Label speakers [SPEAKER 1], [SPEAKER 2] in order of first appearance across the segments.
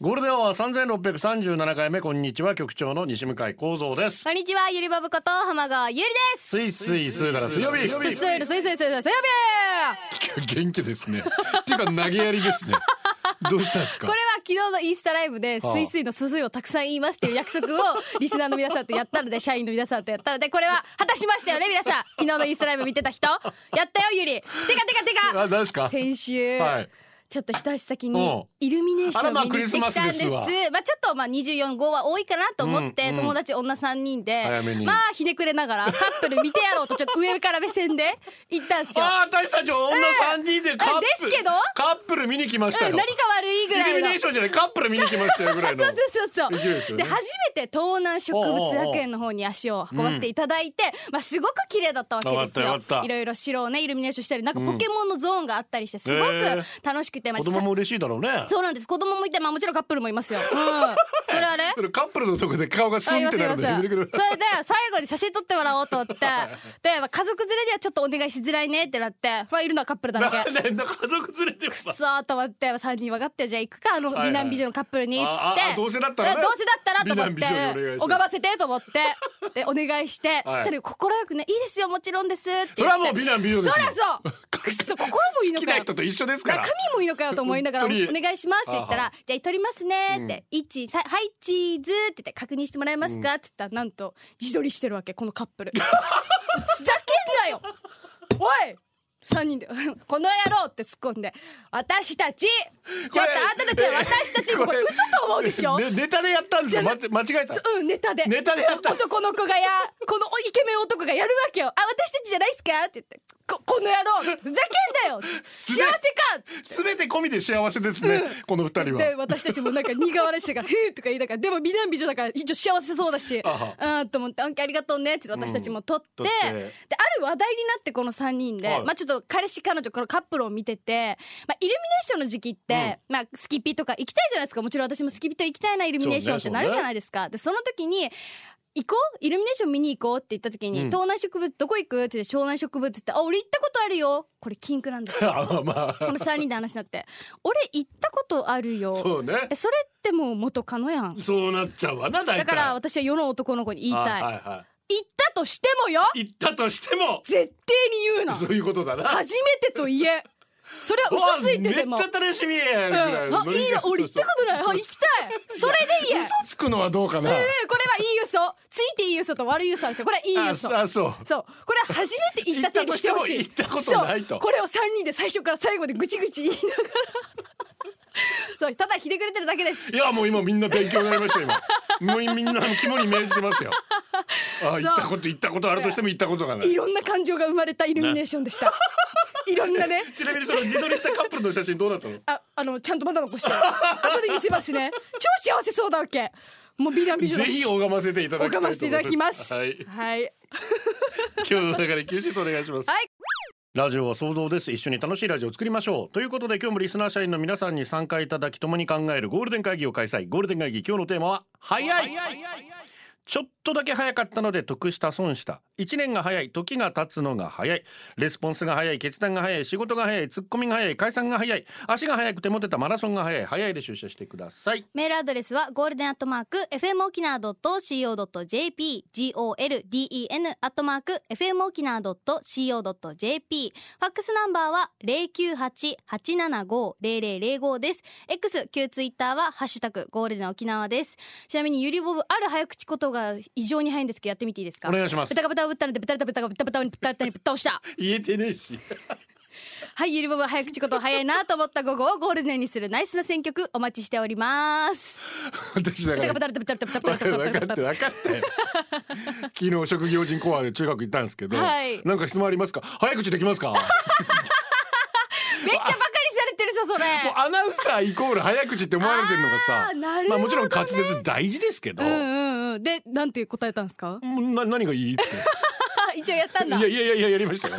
[SPEAKER 1] ゴールデンは三千六百三十七回目こんにちは局長の西向井光三です。
[SPEAKER 2] こんにちは、ゆりばぶこと浜川ゆりです。
[SPEAKER 1] スイスイスーから水曜日。
[SPEAKER 2] すすいるすいすいすいすいすい
[SPEAKER 3] 元気ですね。っていうか投げやりですね。どうしたんです
[SPEAKER 2] こ
[SPEAKER 3] か
[SPEAKER 2] れは。昨日のインスタライブで、すいすいのすすいをたくさん言いますっていう約束をリスナーの皆さんとやったので、社員の皆さんとやったので、これは果たしましたよね、皆さん。昨日のインスタライブ見てた人やったよ、ゆり。てかてかて
[SPEAKER 1] あ
[SPEAKER 2] か
[SPEAKER 1] 何ですか。
[SPEAKER 2] 先週、
[SPEAKER 1] はい。
[SPEAKER 2] ちょっと一足先
[SPEAKER 1] うん
[SPEAKER 2] にイルミネーショ
[SPEAKER 1] あ
[SPEAKER 2] ン
[SPEAKER 1] らまあ
[SPEAKER 2] 見に行ってきたんです
[SPEAKER 1] クリスマスで
[SPEAKER 2] まあちょっとまあ24号は多いかなと思って、
[SPEAKER 1] うんうん
[SPEAKER 2] 友達女3人で
[SPEAKER 1] 早めに
[SPEAKER 2] まあひねくれながらカップル見てやろうとちょっと上から目線で行ったんですよ。
[SPEAKER 1] ああ私たち女三人でカップル、
[SPEAKER 2] えですけど
[SPEAKER 1] カップル見に来ました
[SPEAKER 2] う
[SPEAKER 1] よ。
[SPEAKER 2] ん、何か悪いぐら
[SPEAKER 1] イル
[SPEAKER 2] い
[SPEAKER 1] ミ
[SPEAKER 2] の
[SPEAKER 1] ネーションじゃないカップル見に来ましたよぐらいの。
[SPEAKER 2] そうそうそう
[SPEAKER 1] 勢いで
[SPEAKER 2] そ
[SPEAKER 1] すよ
[SPEAKER 2] うで
[SPEAKER 1] ね
[SPEAKER 2] 初めて東南植物楽園の方に足を運ばせていただいて、まあ、すごく綺麗だったわけです
[SPEAKER 1] よか
[SPEAKER 2] よ
[SPEAKER 1] ったよかった
[SPEAKER 2] いろいろ白をねイルミネーションしたりなんかポケモンのゾーンがあったりしてすごく
[SPEAKER 1] へー
[SPEAKER 2] 楽しくて、ま
[SPEAKER 1] 子
[SPEAKER 2] あ
[SPEAKER 1] 供も嬉しいだろうね。
[SPEAKER 2] そうなんです子供もいて、まあ、もちろんカップルもいますよ、うん、それ はね
[SPEAKER 3] それカップルのとこで顔がスンってなるんで
[SPEAKER 2] あ
[SPEAKER 3] やめ
[SPEAKER 2] います
[SPEAKER 3] て
[SPEAKER 2] い
[SPEAKER 3] く
[SPEAKER 2] ま
[SPEAKER 3] れ
[SPEAKER 2] すそれで最後に写真撮ってもらおう と思ってで、まあ、家族連れではちょっとお願いしづらいねってなって、まあ、いるのはカップルだ
[SPEAKER 1] な
[SPEAKER 2] だ
[SPEAKER 1] ん
[SPEAKER 2] け
[SPEAKER 1] で家族連れても
[SPEAKER 2] くっそーと思って3人分かってじゃあ行くかあの
[SPEAKER 1] いはい
[SPEAKER 2] 美男美女のカップルにっつって、
[SPEAKER 1] あああどうせだったらね
[SPEAKER 2] えどうせだったらと思
[SPEAKER 3] 美男美女にお願
[SPEAKER 2] っ
[SPEAKER 3] いして
[SPEAKER 2] て拝ませてと思っ てでお願いして、
[SPEAKER 1] はい
[SPEAKER 2] そしたら快くね「いいですよもちろんです」っ
[SPEAKER 1] そ
[SPEAKER 2] て言
[SPEAKER 1] れ
[SPEAKER 2] って
[SPEAKER 1] はもう美男美女です
[SPEAKER 2] そ
[SPEAKER 1] よ。
[SPEAKER 2] りゃそうくっそ心もいいの
[SPEAKER 3] 好き
[SPEAKER 2] か
[SPEAKER 3] な
[SPEAKER 2] よ
[SPEAKER 3] 人と一緒ですか
[SPEAKER 2] 中
[SPEAKER 3] ら。
[SPEAKER 2] 身もいいのかよと思いながら「お
[SPEAKER 3] 本当に
[SPEAKER 2] 願いします」って言った
[SPEAKER 3] あ
[SPEAKER 2] ら「じゃあ取りますね」って「一さはいチーズ」って言って「確認してもらえますか?」って言ったらなんと自撮りしてるわけこのカップルふざけんなよおい3人で 「この野郎」って突っ込んで「私たちちょっとあんたたちは私たちこれ嘘と思うでしょ?」
[SPEAKER 1] ねネタでやったんですよ。間違間違えた。
[SPEAKER 2] うんネタで
[SPEAKER 1] ネタでやった
[SPEAKER 2] 男の子がやこのイケメン男がやるわけよ「あ私たちじゃないっすか?」って言って「ここの野郎ふざけんなよ幸せか!」
[SPEAKER 1] すべて込みで幸せですね。この二人は。
[SPEAKER 2] で私たちもなんか苦笑いしてから「ふー」とか言いながらでも美男美女だから一応幸せそうだし「
[SPEAKER 1] あは
[SPEAKER 2] うん」と思って「オッケーありがとうね」って私たちも撮って,、
[SPEAKER 1] 撮って
[SPEAKER 2] である話題になってこの3人で、
[SPEAKER 1] はい
[SPEAKER 2] まあ、ちょっと彼氏彼女このカップルを見てて、まあ、イルミネーションの時期って、まあ、スキピとか行きたいじゃないですかもちろん私もスキピと行きたいなイルミネーションっ
[SPEAKER 1] そ
[SPEAKER 2] て
[SPEAKER 1] うね
[SPEAKER 2] なるじゃないですか。でその時に行こうイルミネーション見に行こうって言った時に「東南植物どこ行く?」って言って「湘南植物」って「あ俺行ったことあるよ」これ禁句なんで すよ。
[SPEAKER 1] あまあま
[SPEAKER 2] この3人で話になって「俺行ったことある
[SPEAKER 1] あ。
[SPEAKER 2] よ」
[SPEAKER 1] そうね
[SPEAKER 2] え。それってもう元カノやん
[SPEAKER 1] そうなっちゃうわな大体。
[SPEAKER 2] だから私は世の男の子に言いたい、
[SPEAKER 1] はいはいは
[SPEAKER 2] 言ったとしてもよ
[SPEAKER 1] い。行ったとしても。
[SPEAKER 2] 絶対に言うな
[SPEAKER 1] そういうことだな。
[SPEAKER 2] 初めてと言えそれは嘘ついてても
[SPEAKER 1] うわめっちゃ楽しみ
[SPEAKER 2] う
[SPEAKER 1] ぐ
[SPEAKER 2] ん、
[SPEAKER 1] らいの
[SPEAKER 2] あ
[SPEAKER 1] ノリで。
[SPEAKER 2] いいな俺行ったことないあ行きたいそれで言え
[SPEAKER 3] つくのはどうかな。
[SPEAKER 2] うんこれはいい嘘ついていい嘘と悪い嘘なんですよこれはいい嘘
[SPEAKER 1] ああそう。
[SPEAKER 2] そうこれは初めて言った手にしてほしい
[SPEAKER 1] 言ったとしても言ったことないと
[SPEAKER 2] そうこれを3人で最初から最後でぐちぐち言いながらそうただひでくれてるだけです
[SPEAKER 1] いやもう今みんな勉強になりましたよ今。もうみんな肝に銘じてますよ。 あ行ったこと行ったことあるとしても行ったことがない
[SPEAKER 2] い。ろんな感情が生まれたイルミネーションでした。いろんなね。
[SPEAKER 1] ちなみにその自撮りしたカップルの写真どうだったの？
[SPEAKER 2] あ、あの、ちゃんとまだ残してる。後で見せますね。超幸せそうだわけ。もう美男美女
[SPEAKER 1] ぜ
[SPEAKER 2] だし
[SPEAKER 1] ひ拝ませていただきたいと思います。
[SPEAKER 2] 拝ませていただきます。
[SPEAKER 1] は
[SPEAKER 2] はいい。。はい。
[SPEAKER 1] 今日の中で休止とお願いします。
[SPEAKER 2] はい
[SPEAKER 1] ラジオは想像です。一緒に楽しいラジオを作りましょう。ということで今日もリスナー社員の皆さんに参加いただき共に考えるゴールデン会議を開催。ゴールデン会議今日のテーマは早い。ちょっとだけ早かったので得した損した1年が早い時が経つのが早いレスポンスが早い決断が早い仕事が早いツッコミが早い解散が早い足が早くてモテたマラソンが早い早いで出社してください
[SPEAKER 2] メールアドレスはゴールデンアットマーク FM 沖縄 .co.jp golden アットマーク FM 沖縄 .co.jp ファックスナンバーは098-875-0005です X 旧ツイッターはハッシュタグゴールデン沖縄ですちなみにゆりぼぶある早口ことが異常に早いんですけどやってみていいですか
[SPEAKER 1] お願いします
[SPEAKER 2] 豚が豚をぶったので豚が豚が豚が豚にぶったにぶっ倒した
[SPEAKER 1] 言えてねえし
[SPEAKER 2] はいゆりぼぶは早口こと早いなと思った午後をゴールデンにするナイスな選曲お待ちしております
[SPEAKER 3] 私だから。分かる分かって分かったよ昨日職業人コアで中学行ったんですけど、
[SPEAKER 2] はい
[SPEAKER 3] なんか質問ありますか早口できますかもう
[SPEAKER 2] めっちゃバカにされてるぞそれ。
[SPEAKER 3] アナウンサーイコール早口って思われてるのがさ
[SPEAKER 2] あーなるほどね
[SPEAKER 3] まあもちろん滑舌大事ですけど、
[SPEAKER 2] うんうんうん。でなんて答えたんですか。
[SPEAKER 3] もうな何がいいって
[SPEAKER 2] 一応やったん
[SPEAKER 3] い
[SPEAKER 2] だ
[SPEAKER 3] やいやいやいややりましたよ。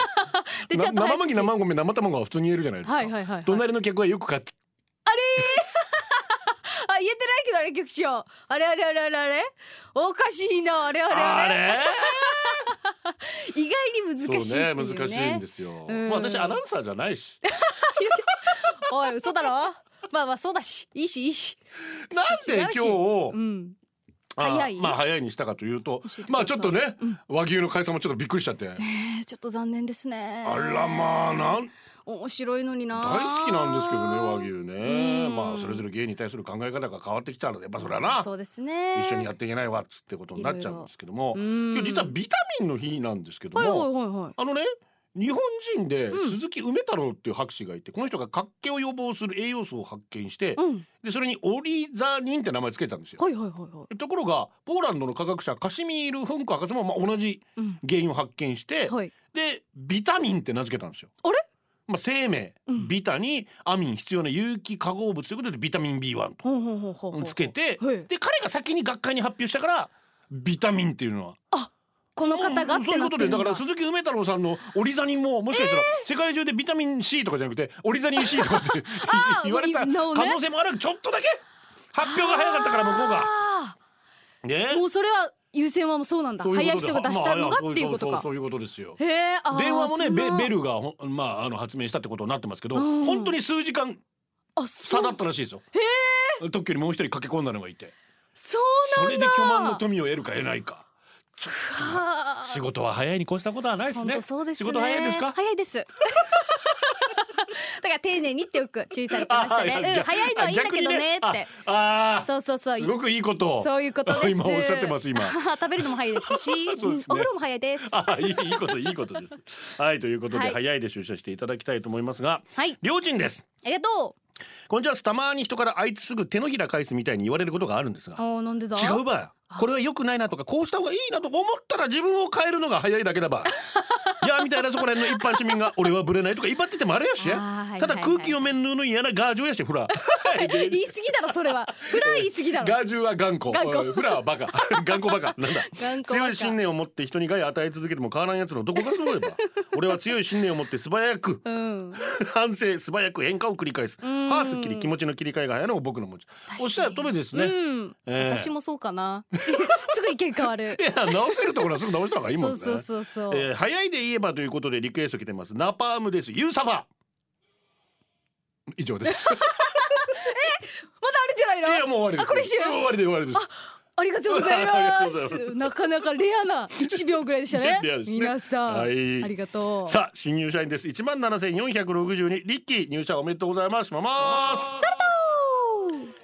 [SPEAKER 2] でちゃんと
[SPEAKER 3] な
[SPEAKER 2] 早
[SPEAKER 3] 生
[SPEAKER 2] 口
[SPEAKER 3] 麦生米生卵は普通に言えるじゃないですか。
[SPEAKER 2] はいはいはいはい
[SPEAKER 3] 隣の客はよく買って
[SPEAKER 2] あ言えてないけどあれ局長あれあれあれあれあれおかしいなあれあれあれ
[SPEAKER 1] れ
[SPEAKER 2] 意外に難しいっていうね
[SPEAKER 3] そうね難しいんですよ。
[SPEAKER 2] うん
[SPEAKER 1] まあ私アナウンサーじゃないし
[SPEAKER 2] おい嘘だろまあまあそうだしいいしいいし
[SPEAKER 1] なんで今日
[SPEAKER 2] うん
[SPEAKER 1] あ
[SPEAKER 2] 早い
[SPEAKER 1] まあ早いにしたかというと
[SPEAKER 2] えてください
[SPEAKER 1] まあちょっとね、和牛の会社もちょっとびっくりしちゃって、
[SPEAKER 2] えーちょっと残念ですね
[SPEAKER 1] あらまあなん
[SPEAKER 2] 面白いのにな
[SPEAKER 1] 大好きなんですけどね和牛ね
[SPEAKER 2] うん
[SPEAKER 1] まあそれぞれ芸に対する考え方が変わってきたのでやっぱそれはな
[SPEAKER 2] そうですね
[SPEAKER 1] 一緒にやっていけないわっつってことになっちゃうんですけども
[SPEAKER 2] いろいろうん
[SPEAKER 1] 今日実はビタミンの日なんですけども、
[SPEAKER 2] はいはいはいはい
[SPEAKER 1] あのね日本人で
[SPEAKER 2] うん
[SPEAKER 1] 鈴木梅太郎っていう博士がいて、この人が活気を予防する栄養素を発見して、
[SPEAKER 2] うん
[SPEAKER 1] でそれにオリザリンって名前つけたんですよ。
[SPEAKER 2] はいはいはいはい
[SPEAKER 1] ところがポーランドの科学者カシミール・フンク博士もまあ同じ
[SPEAKER 2] うん
[SPEAKER 1] 原因を発見して、
[SPEAKER 2] はい
[SPEAKER 1] でビタミンって名付けたんですよ。
[SPEAKER 2] あれ
[SPEAKER 1] まあ、生命、
[SPEAKER 2] うん
[SPEAKER 1] ビタにアミン必要な有機化合物ということでビタミン B1 と
[SPEAKER 2] ほうほうほうほうほう
[SPEAKER 1] つけて
[SPEAKER 2] はい
[SPEAKER 1] で彼が先に学会に発表したからビタミンっていうのは
[SPEAKER 2] この方がっ
[SPEAKER 1] うんそう
[SPEAKER 2] て
[SPEAKER 1] いう
[SPEAKER 2] なっ
[SPEAKER 1] こと
[SPEAKER 2] て
[SPEAKER 1] で
[SPEAKER 2] るん
[SPEAKER 1] だ
[SPEAKER 2] だ
[SPEAKER 1] から鈴木梅太郎さんのオリザニンももしかしたら世界中でビタミン C とかじゃなくてオリザニン C とかって
[SPEAKER 2] あー
[SPEAKER 1] 言われた可
[SPEAKER 2] もうなおね
[SPEAKER 1] 能性もあるちょっとだけ発表が早かったから向こうが。
[SPEAKER 2] あ
[SPEAKER 1] ね
[SPEAKER 2] ーもうそれは優先はもうそうなんだ
[SPEAKER 1] そういう
[SPEAKER 2] 早い
[SPEAKER 1] ことで
[SPEAKER 2] 人が出したのがっていうこと
[SPEAKER 1] まあ
[SPEAKER 2] か
[SPEAKER 1] そうそうそうそういうことですよ。
[SPEAKER 2] へえあー
[SPEAKER 1] 電話もね
[SPEAKER 2] 危な
[SPEAKER 1] ベベ
[SPEAKER 2] い
[SPEAKER 1] ルがほんまああの発明したってことになってますけど、
[SPEAKER 2] うん
[SPEAKER 1] 本当に数時間
[SPEAKER 2] あそ
[SPEAKER 1] 差
[SPEAKER 2] う
[SPEAKER 1] だったらしいですよ。特許にもう一人駆け込んだのがいて、
[SPEAKER 2] そう
[SPEAKER 1] それで巨万の富を得るか得ないか。ちょっと
[SPEAKER 2] か
[SPEAKER 1] 仕事は早いに越したことはないです
[SPEAKER 2] 本
[SPEAKER 1] ね。
[SPEAKER 2] 当そうですね
[SPEAKER 1] 仕事早いですか？
[SPEAKER 2] 早いですだから丁寧にっておく注意されてました ね、
[SPEAKER 1] あー
[SPEAKER 2] うん、
[SPEAKER 1] いやじゃあ
[SPEAKER 2] 早いのはいいんだけどね
[SPEAKER 1] あ
[SPEAKER 2] っ
[SPEAKER 1] 逆に
[SPEAKER 2] て
[SPEAKER 1] ああ
[SPEAKER 2] そうそうそう
[SPEAKER 1] すごくいいことを。
[SPEAKER 2] そういうことで す
[SPEAKER 1] 今おっしゃってます 今
[SPEAKER 2] 食べるのも早いですし
[SPEAKER 1] そうですね
[SPEAKER 2] お風呂も早いです
[SPEAKER 1] あいいいいこといいことです。はいということで、
[SPEAKER 2] はい
[SPEAKER 1] 早いで出社していただきたいと思いますが、
[SPEAKER 2] はい
[SPEAKER 1] 両人です。
[SPEAKER 2] ありがとう
[SPEAKER 1] こんにちはたまに人からあいつすぐ手のひら返すみたいに言われることがあるんですが
[SPEAKER 2] あーなんでだ
[SPEAKER 1] 違う場合これは良くないなとかこうした方がいいなと思ったら自分を変えるのが早いだけだ ばいやみたいなそこら辺の一般市民が俺はブレないとか威張っててもあれやしや
[SPEAKER 2] あーはいはいはい
[SPEAKER 1] ただ空気読めんぬの嫌なガージュやしフラ
[SPEAKER 2] 言 い過ぎだろそれはフラ言い 過ぎだろ
[SPEAKER 3] ガージュは頑固、
[SPEAKER 2] 頑固
[SPEAKER 3] フラはバカ。
[SPEAKER 1] 頑固バカなんだ
[SPEAKER 2] 頑固
[SPEAKER 1] 強
[SPEAKER 2] バカ
[SPEAKER 1] い信念を持って人に害を与え続けても変わらんやつのどこがすごい ば俺は強い信念を持って素早く
[SPEAKER 2] うん
[SPEAKER 1] 反省素早く変化を繰り返す
[SPEAKER 2] ん
[SPEAKER 1] ハースっきり気持ちの切り替えが早いのが僕の持ちおっしゃるとりです
[SPEAKER 2] う
[SPEAKER 1] ね、
[SPEAKER 2] ん、
[SPEAKER 1] ええ
[SPEAKER 2] 私もそうかな すぐ意見変わる
[SPEAKER 1] いや直せるところはすぐ直した方がいいもん
[SPEAKER 2] そう
[SPEAKER 1] ね
[SPEAKER 2] そうそうそう、
[SPEAKER 1] えー早いで言えばということでリクエスト来てますナパームですユーサバ
[SPEAKER 3] 以上です。
[SPEAKER 2] まだあるん じゃないの
[SPEAKER 1] いやもう終わりです
[SPEAKER 2] あこれ一緒
[SPEAKER 1] 終わりで終わりです
[SPEAKER 2] ありがとうござい
[SPEAKER 1] あ
[SPEAKER 2] ま
[SPEAKER 1] りがとうござい
[SPEAKER 2] す。なかなかレアな1秒ぐらいでしたね。
[SPEAKER 1] レアですね
[SPEAKER 2] 皆さん、
[SPEAKER 1] はい
[SPEAKER 2] ありがとう。
[SPEAKER 1] さあ新入社員です一万七千四百六十二リッキー入社おめでとうございますします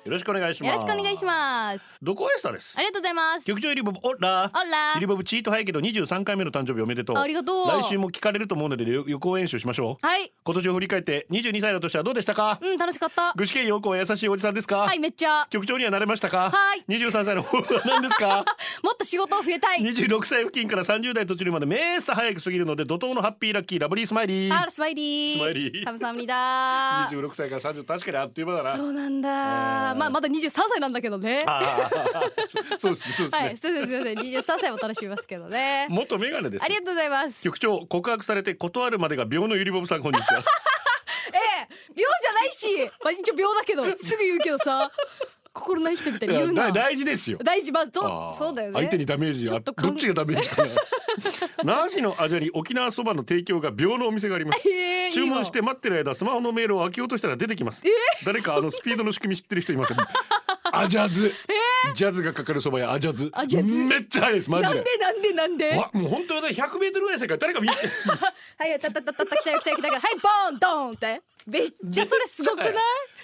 [SPEAKER 1] よろしくお願いし
[SPEAKER 2] よ
[SPEAKER 1] ま
[SPEAKER 2] ろ
[SPEAKER 1] す
[SPEAKER 2] しくお願いします。
[SPEAKER 1] ドコエスタです
[SPEAKER 2] ありがとうございます。
[SPEAKER 1] 局長ゆりぼぼおら
[SPEAKER 2] あら
[SPEAKER 1] ゆりぼぼチート早いけど二十三回目の誕生日おめでとう
[SPEAKER 2] ありがとう
[SPEAKER 1] 来週も聞かれると思うので予予行演習しましょう
[SPEAKER 2] はい、
[SPEAKER 1] 今年を振り返って二十二歳の年はどうでしたか
[SPEAKER 2] うん、楽しかった。
[SPEAKER 1] 具志堅陽子は優しいおじさんですか
[SPEAKER 2] はい、めっちゃ。
[SPEAKER 1] 局長にはなれましたか
[SPEAKER 2] はい
[SPEAKER 1] 二十三歳の方は何です か
[SPEAKER 2] もっと仕事を増えたい。
[SPEAKER 1] 26歳付近から30代途中までめっさ早く過ぎるので怒涛のハッピーラッキーラブリースマイリー
[SPEAKER 2] あら、スマイリー。
[SPEAKER 1] スマイリー
[SPEAKER 2] カムサハムニダ
[SPEAKER 1] 26歳から30確かにあっという間だな
[SPEAKER 2] そうなんだ。
[SPEAKER 1] えー
[SPEAKER 2] まあ、まだ23歳なんだけどね。
[SPEAKER 1] あーそうですねそうです
[SPEAKER 2] はい、
[SPEAKER 1] ね、
[SPEAKER 2] すいません、すいません、23歳も楽しみますけどね。
[SPEAKER 1] 元メガネです
[SPEAKER 2] ありがとうございます。
[SPEAKER 1] 局長告白されて断るまでが秒のゆりぼぶさんこんにちは
[SPEAKER 2] 秒じゃないし、まあ、一応秒だけど、すぐ言うけどさ。心ない人みたいに 言う
[SPEAKER 3] い
[SPEAKER 2] な
[SPEAKER 3] や。大事ですよ。
[SPEAKER 2] 大事ま
[SPEAKER 3] あ
[SPEAKER 2] ずと
[SPEAKER 3] ー
[SPEAKER 2] そうだよね
[SPEAKER 3] 相手にダメージ
[SPEAKER 2] ちょ
[SPEAKER 3] は
[SPEAKER 2] っと
[SPEAKER 3] ど
[SPEAKER 2] 考え
[SPEAKER 3] っちがダメージ かな。
[SPEAKER 1] 那覇市のあじゃり沖縄そばの提供が秒のお店があります
[SPEAKER 2] へー
[SPEAKER 1] 注文して待ってる間スマホのメールを開けようとしたら出てきます、誰かあのスピードの仕組み知ってる人いません
[SPEAKER 3] アジャズ。ジャズがかかるそばやアジャズ。
[SPEAKER 2] アジャズ
[SPEAKER 3] めっちゃ早いです、マ
[SPEAKER 2] な
[SPEAKER 3] ジ
[SPEAKER 2] んで
[SPEAKER 3] で。
[SPEAKER 2] なんでなんで
[SPEAKER 1] わもう本当だ100メートルぐらい世界誰か見て
[SPEAKER 2] はいたたたたた来たよ来たよ来たよはいボーンドーンってめっちゃそれすごくない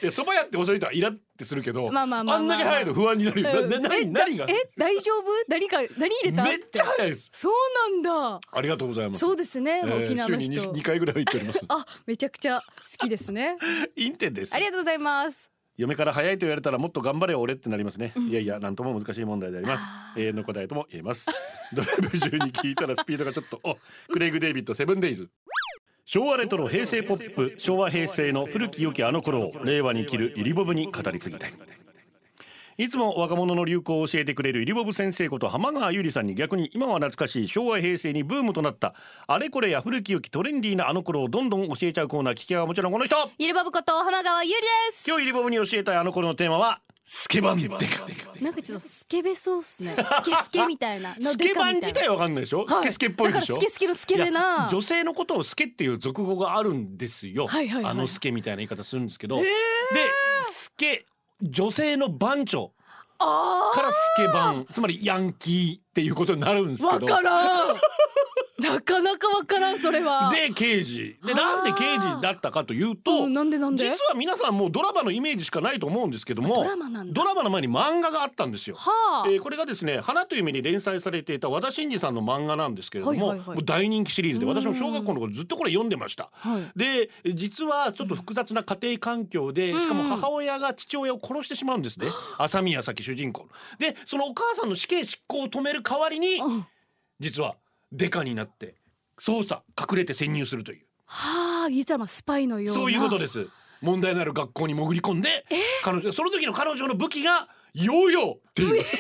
[SPEAKER 3] いや、そば屋って遅いとはイラってするけど。
[SPEAKER 2] まあまあまあまあ
[SPEAKER 3] んだけ早いと不安になるよ。な、な、
[SPEAKER 2] え
[SPEAKER 3] な何が。
[SPEAKER 2] だえ大丈夫何か何入れた
[SPEAKER 3] めっちゃ
[SPEAKER 2] って
[SPEAKER 3] 早いです。
[SPEAKER 2] そうなんだ
[SPEAKER 3] ありがとうございます。
[SPEAKER 2] そうですね、
[SPEAKER 3] えー
[SPEAKER 2] 沖縄の
[SPEAKER 3] 週に
[SPEAKER 2] 人
[SPEAKER 3] 二回ぐらいは行っており ます。
[SPEAKER 2] あめちゃくちゃ好きですね
[SPEAKER 1] インテです
[SPEAKER 2] ありがとうございます
[SPEAKER 1] 嫁から早いと言われたらもっと頑張れよ俺ってなりますね、いやいやなんとも難しい問題であります永遠の答えとも言えますドライブ中に聞いたらスピードがちょっとおクレイグ・デイビッドセブンデイズ昭和レトロ平成ポップ昭和平成の古き良きあの頃を令和に生きるゆりボブに語り継ぎたいいつも若者の流行を教えてくれるイリボブ先生こと浜川優里さんに逆に今は懐かしい昭和平成にブームとなったあれこれや古き良きトレンディーなあの頃をどんどん教えちゃうコーナー聞きはもちろんこの人
[SPEAKER 2] ゆるぼぶこと浜川ゆりです
[SPEAKER 1] 今日イリボブに教えたいあの頃のテーマは
[SPEAKER 4] スケバンデカ
[SPEAKER 2] なんかちょっとスケベそうっすねスケスケみたいな
[SPEAKER 1] スケバン
[SPEAKER 2] のデカみた
[SPEAKER 1] 自
[SPEAKER 2] いな
[SPEAKER 1] 体わかんないでしょ、
[SPEAKER 2] はい
[SPEAKER 1] スケスケっぽいでしょ
[SPEAKER 2] だからスケスケのスケで
[SPEAKER 1] い
[SPEAKER 2] な
[SPEAKER 1] や女性のことをスケっていう俗語があるんですよ、
[SPEAKER 2] はいはいはい
[SPEAKER 1] あのスケみたいな言い方するんですけど、でスケ女性の番長
[SPEAKER 2] あ
[SPEAKER 1] からスケバンつまりヤンキーっていうことになるんです
[SPEAKER 2] ー
[SPEAKER 1] け
[SPEAKER 2] わ
[SPEAKER 1] ど
[SPEAKER 2] からんなかなかわからんそれは
[SPEAKER 1] で刑事で
[SPEAKER 2] あー
[SPEAKER 1] なんで刑事だったかというと、
[SPEAKER 2] うんなんでなん
[SPEAKER 1] 実
[SPEAKER 2] で
[SPEAKER 1] は皆さんもうドラマのイメージしかないと思うんですけども
[SPEAKER 2] ドラマなんだ
[SPEAKER 1] ドラマの前に漫画があったんですよ。
[SPEAKER 2] はあ
[SPEAKER 1] えーこれがですね「花という夢」に連載されていた和田真二さんの漫画なんですけれども,、
[SPEAKER 2] はいはいはい
[SPEAKER 1] もう大人気シリーズで
[SPEAKER 2] うん
[SPEAKER 1] 私も小学校の頃ずっとこれ読んでました。
[SPEAKER 2] はい
[SPEAKER 1] で実はちょっと複雑な家庭環境で、
[SPEAKER 2] うん
[SPEAKER 1] しかも母親が父親を殺してしまうんですね、朝宮咲主人公のでそのお母さんの死刑執行を止める代わりに
[SPEAKER 2] うん
[SPEAKER 1] 実はデカになって捜査隠れて潜入するという
[SPEAKER 2] はあ言ったらまあスパイのような
[SPEAKER 1] そういうことです問題のある学校に潜り込んで、彼女その時の彼女の武器がヨーヨーっていう
[SPEAKER 2] 嘘でし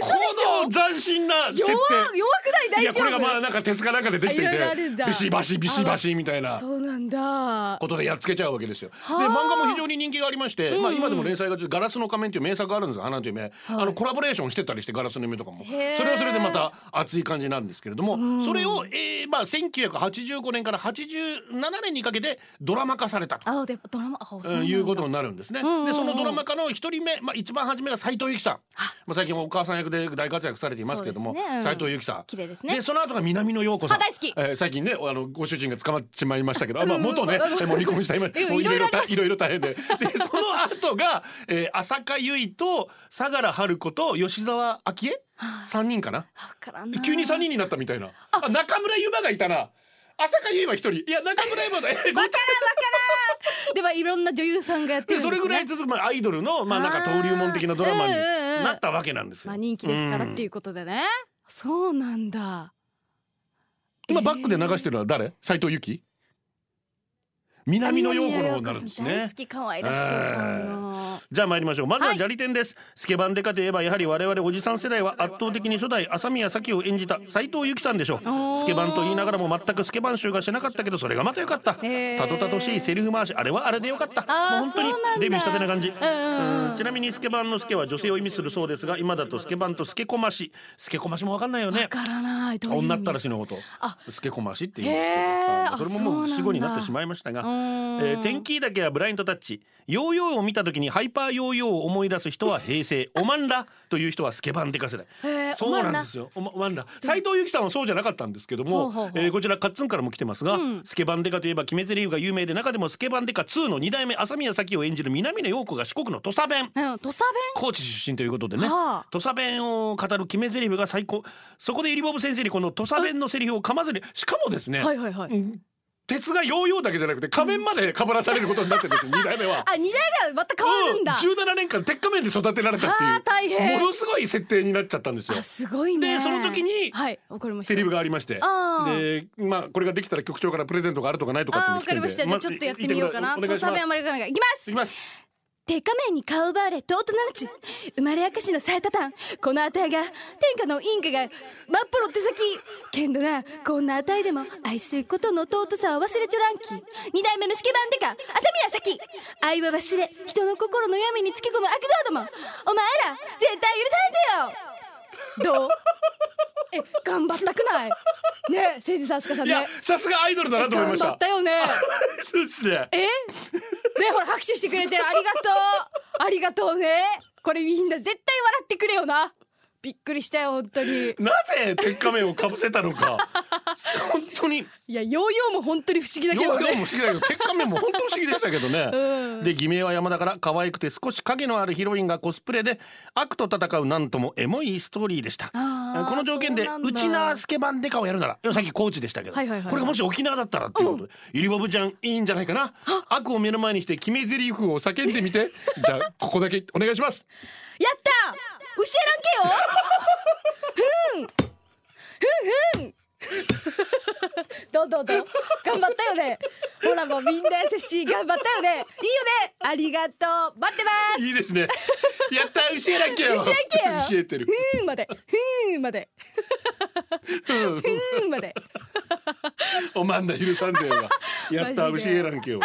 [SPEAKER 1] こ
[SPEAKER 2] ょ
[SPEAKER 1] の斬新な設
[SPEAKER 2] 弱
[SPEAKER 1] 定
[SPEAKER 2] 弱くない
[SPEAKER 1] い
[SPEAKER 2] 大
[SPEAKER 1] や
[SPEAKER 2] 丈
[SPEAKER 1] こ
[SPEAKER 2] 夫
[SPEAKER 1] れがまあなんか鉄かなんかでできてい
[SPEAKER 2] あいろいろあ
[SPEAKER 1] て
[SPEAKER 2] るんだ
[SPEAKER 1] ビシバシビシバシみたいな
[SPEAKER 2] そうなんだ
[SPEAKER 1] ことでやっつけちゃうわけですよ。で
[SPEAKER 2] あ
[SPEAKER 1] 漫画も非常に人気がありまして、
[SPEAKER 2] うん
[SPEAKER 1] まあ今でも連載が中ガラスの仮面という名作があるんですよ花という夢、あのコラボレーションしてたりしてガラスの夢とかもそ
[SPEAKER 2] へー
[SPEAKER 1] れはそれでまた熱い感じなんですけれども、
[SPEAKER 2] うん
[SPEAKER 1] それを、えーまあ1985年から87年にかけてドラマ化されたと。
[SPEAKER 2] あでドラマあそうなん
[SPEAKER 1] うん
[SPEAKER 2] だ
[SPEAKER 1] いうことになるんですね。
[SPEAKER 2] うんうんうん
[SPEAKER 1] でそのドラマ化の一人目、まあ、一番初めが斎藤由貴さん、まあ、最近お母さん役で大活躍されていますけれども
[SPEAKER 2] そうですねうん
[SPEAKER 1] 斎、藤由貴さん
[SPEAKER 2] 綺麗です
[SPEAKER 1] で
[SPEAKER 2] ね
[SPEAKER 1] その後が南野陽子さん
[SPEAKER 2] あ大好き
[SPEAKER 1] えー最近ねあのご主人が捕まってしまいましたけど、あまあ、
[SPEAKER 2] うん
[SPEAKER 1] 元ね、
[SPEAKER 2] うん
[SPEAKER 1] えーもう離婚した今
[SPEAKER 2] ん
[SPEAKER 1] もういろいろ大
[SPEAKER 2] い
[SPEAKER 1] いろいろ大変ででその後が、えー、浅香唯と相良春子と吉沢昭恵3人かな
[SPEAKER 2] わからんな
[SPEAKER 1] 急に3人になったみたいなあ中村ゆまがいたな浅香唯は1人いや中村ゆまだえーご
[SPEAKER 2] でまあいろんな女優さんがやってるん
[SPEAKER 1] でそ
[SPEAKER 2] ですね
[SPEAKER 1] れぐらい続く、まあ、アイドルの、まあ、なんか登竜門的なドラマに
[SPEAKER 2] あーうんうんうん
[SPEAKER 1] なったわけなんですよ。
[SPEAKER 2] まあ人気ですからっていううことでねそうなんだ
[SPEAKER 1] ん。今バックで流してるのは誰？斉藤由貴？南野陽子の方になるんです
[SPEAKER 2] 南野
[SPEAKER 1] ね
[SPEAKER 2] 陽子さ大好。き可愛らしい顔の
[SPEAKER 1] じゃあ参りましょう。まずは
[SPEAKER 2] はい
[SPEAKER 1] 砂利店です。スケバンデカといえばやはり我々おじさん世代は圧倒的に初代浅宮咲を演じた斉藤由貴さんでしょう。
[SPEAKER 2] ー
[SPEAKER 1] スケバンと言いながらも全くスケバン集がしなかったけどそれがまた良かった。
[SPEAKER 2] へー
[SPEAKER 1] たどたどしいセリフ回しあれはあれで良かった。
[SPEAKER 2] あー
[SPEAKER 1] もう本当に
[SPEAKER 2] そうなんだ
[SPEAKER 1] デビューしたてな感じ。
[SPEAKER 2] ん
[SPEAKER 1] うんちなみにスケバンのスケは女性を意味するそうですが今だとスケバンとスケコマシ。スケコマシもわかんないよ
[SPEAKER 2] わ
[SPEAKER 1] ね。
[SPEAKER 2] からないどういう意味
[SPEAKER 1] 女ったらしのこと
[SPEAKER 2] あ
[SPEAKER 1] スケコマシって言うんです
[SPEAKER 2] へ
[SPEAKER 1] け
[SPEAKER 2] ー
[SPEAKER 1] ど
[SPEAKER 2] あ
[SPEAKER 1] それももう死
[SPEAKER 2] そ
[SPEAKER 1] 語
[SPEAKER 2] うなんだ
[SPEAKER 1] になってしまいましたが
[SPEAKER 2] うーん
[SPEAKER 1] えー、天気だけはブラインドタッチヨーヨーを見た時にハイパーヨーヨーを思い出す人は平成おまんらという人はスケバンデカ世代
[SPEAKER 2] へー
[SPEAKER 1] そうなんですよおまおまんら斎藤由貴さんはそうじゃなかったんですけど
[SPEAKER 2] ほうほう
[SPEAKER 1] も
[SPEAKER 2] ほ、う
[SPEAKER 1] えーこちらカッツンからも来てますが、
[SPEAKER 2] うん
[SPEAKER 1] スケバンデカといえば決め台詞が有名で中でもスケバンデカ2の2代目浅宮咲を演じる南野陽子が四国の土佐弁
[SPEAKER 2] うん土佐
[SPEAKER 1] 高知出身ということでね
[SPEAKER 2] 弁はあ
[SPEAKER 1] 土佐弁を語る決め台詞が最高そこでイリボブ先生にこの土佐弁のセリフを噛まずにしかもですね、
[SPEAKER 2] はいはいはい
[SPEAKER 1] うん鉄がヨーヨーだけじゃなくて仮面までかぶらされることになってるんですよ二代目は。
[SPEAKER 2] あ二代目はまた変わるんだ
[SPEAKER 1] うん17年間鉄仮面で育てられたって
[SPEAKER 2] はあ大
[SPEAKER 1] いう
[SPEAKER 2] 変
[SPEAKER 1] ものすごい設定になっちゃったんですよ
[SPEAKER 2] あ。すごいね
[SPEAKER 1] でその時に
[SPEAKER 2] はいわかりました
[SPEAKER 1] セリフがありまして
[SPEAKER 2] あー
[SPEAKER 1] でまあこれができたら局長からプレゼントがあるとかないとかって
[SPEAKER 2] あー
[SPEAKER 1] の
[SPEAKER 2] わ
[SPEAKER 1] 来て
[SPEAKER 2] か
[SPEAKER 1] ん
[SPEAKER 2] り
[SPEAKER 1] で
[SPEAKER 2] ましたじゃあちょっとやってみようかな
[SPEAKER 1] ま
[SPEAKER 2] 土
[SPEAKER 1] 見てくだ
[SPEAKER 2] 佐
[SPEAKER 1] さいお願いしま
[SPEAKER 2] 弁あまりからないいきます
[SPEAKER 1] すいきます
[SPEAKER 2] 手仮面に顔奪われと大人なつ生まれ明かしの最多端この値が天下の因果がマッポの手先けんどなこんな値でも愛することの尊さを忘れちょらんき二代目のスケバンデカ浅宮咲愛は忘れ人の心の闇につけ込む悪党どもお前ら絶対許さんでよどうえ頑張ったくないねえ誠司さんすかさん
[SPEAKER 1] いや
[SPEAKER 2] ね
[SPEAKER 1] さすがアイドルだなと思いま
[SPEAKER 2] 頑
[SPEAKER 1] し
[SPEAKER 2] 張
[SPEAKER 1] た
[SPEAKER 2] ったよね
[SPEAKER 1] そうですね
[SPEAKER 2] えねほら拍手してくれてるありがとうありがとうねこれみんな絶対笑ってくれよなびっくりしたよ本当に
[SPEAKER 1] なぜ鉄仮面をかぶせたのか 本当に
[SPEAKER 2] いやヨーヨーも本当に不思議だけ
[SPEAKER 1] ヨ
[SPEAKER 2] ど
[SPEAKER 1] ーヨーも
[SPEAKER 2] ね
[SPEAKER 1] 不思議だけど鉄仮面も本当不思議でしたけど ね、で偽名は山田から可愛くて少し影のあるヒロインがコスプレで悪と戦うなんともエモいストーリーでしたこ
[SPEAKER 2] あー
[SPEAKER 1] の条件で
[SPEAKER 2] そうなんだ
[SPEAKER 1] ウチナースケバンデカをやるなら要はさっき高知でしたけど、
[SPEAKER 2] はいはいはい
[SPEAKER 1] これがもし沖縄だったらっていうことで、ゆりぼぶちゃんいいんじゃないかな悪を目の前にして決め台詞を叫んで みてじゃあここだけお願いします
[SPEAKER 2] やった牛やらんけよふんふんふんどうどうどう頑張ったよねほらもうみんな優しい頑張ったよねいいよねありがとう待ってま
[SPEAKER 1] いいですね。やったー教えなきゃよ。
[SPEAKER 2] 教えなきゃ よ
[SPEAKER 1] 教え てる。
[SPEAKER 2] すふーんまでふーんまで
[SPEAKER 1] うん
[SPEAKER 2] ふーんまで
[SPEAKER 1] おまんだ許さんで よが。やったー
[SPEAKER 2] マジ
[SPEAKER 1] 教
[SPEAKER 2] で
[SPEAKER 1] えなき ゃよ。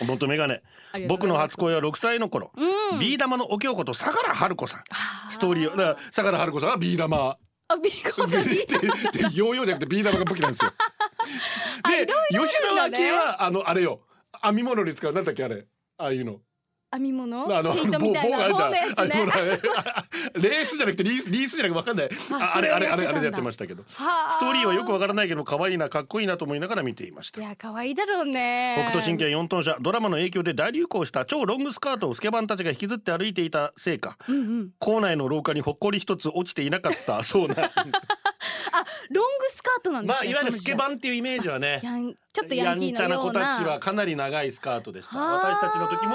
[SPEAKER 1] もっとメガネ
[SPEAKER 2] あり。がと
[SPEAKER 1] 僕
[SPEAKER 2] うござい
[SPEAKER 1] の
[SPEAKER 2] ます
[SPEAKER 1] 初恋は6歳の頃、ビー玉のお京子と相良春子さんストーリーをだから相良春子さんはビー玉
[SPEAKER 2] あビーコンだビーコ ン
[SPEAKER 1] ででヨーヨーじゃなくてビー玉が武器なん ですよ。で吉沢明はあのあれよ編み物に使うなんだっけあれああいうの
[SPEAKER 2] 編み物
[SPEAKER 1] あの
[SPEAKER 2] 毛糸みたいな棒
[SPEAKER 1] 棒棒があ
[SPEAKER 2] の
[SPEAKER 1] るじ
[SPEAKER 2] や
[SPEAKER 1] ゃ
[SPEAKER 2] つ
[SPEAKER 1] んあれ
[SPEAKER 2] ね
[SPEAKER 1] ほらあれあレースじゃなくてリースリースじゃなくてわかんないあ
[SPEAKER 2] あ
[SPEAKER 1] あれあれあ
[SPEAKER 2] それをや
[SPEAKER 1] れあ
[SPEAKER 2] ってたんだ
[SPEAKER 1] れでやってましたけど。
[SPEAKER 2] ス
[SPEAKER 1] ストーリーはよくわからないけど可愛いなかっこいいなと思いながら見ていました
[SPEAKER 2] いや可愛いだろうね
[SPEAKER 1] 北斗神拳4トン車ドラマの影響で大流行した超ロングスカートをスケバンたちが引きずって歩いていたせいか
[SPEAKER 2] うんうん
[SPEAKER 1] 校内の廊下にほこり一つ落ちていなか ったそうな
[SPEAKER 2] ロングスカートなんで
[SPEAKER 1] ますあ
[SPEAKER 2] ね
[SPEAKER 1] いわゆるスケバ
[SPEAKER 2] ン
[SPEAKER 1] ンっていうイメージはね
[SPEAKER 2] ちょっとヤンキーの
[SPEAKER 1] やんちゃな
[SPEAKER 2] よ
[SPEAKER 1] 子
[SPEAKER 2] う
[SPEAKER 1] たちは
[SPEAKER 2] な
[SPEAKER 1] かなり長いスカートでした
[SPEAKER 2] はあ
[SPEAKER 1] 私たちの時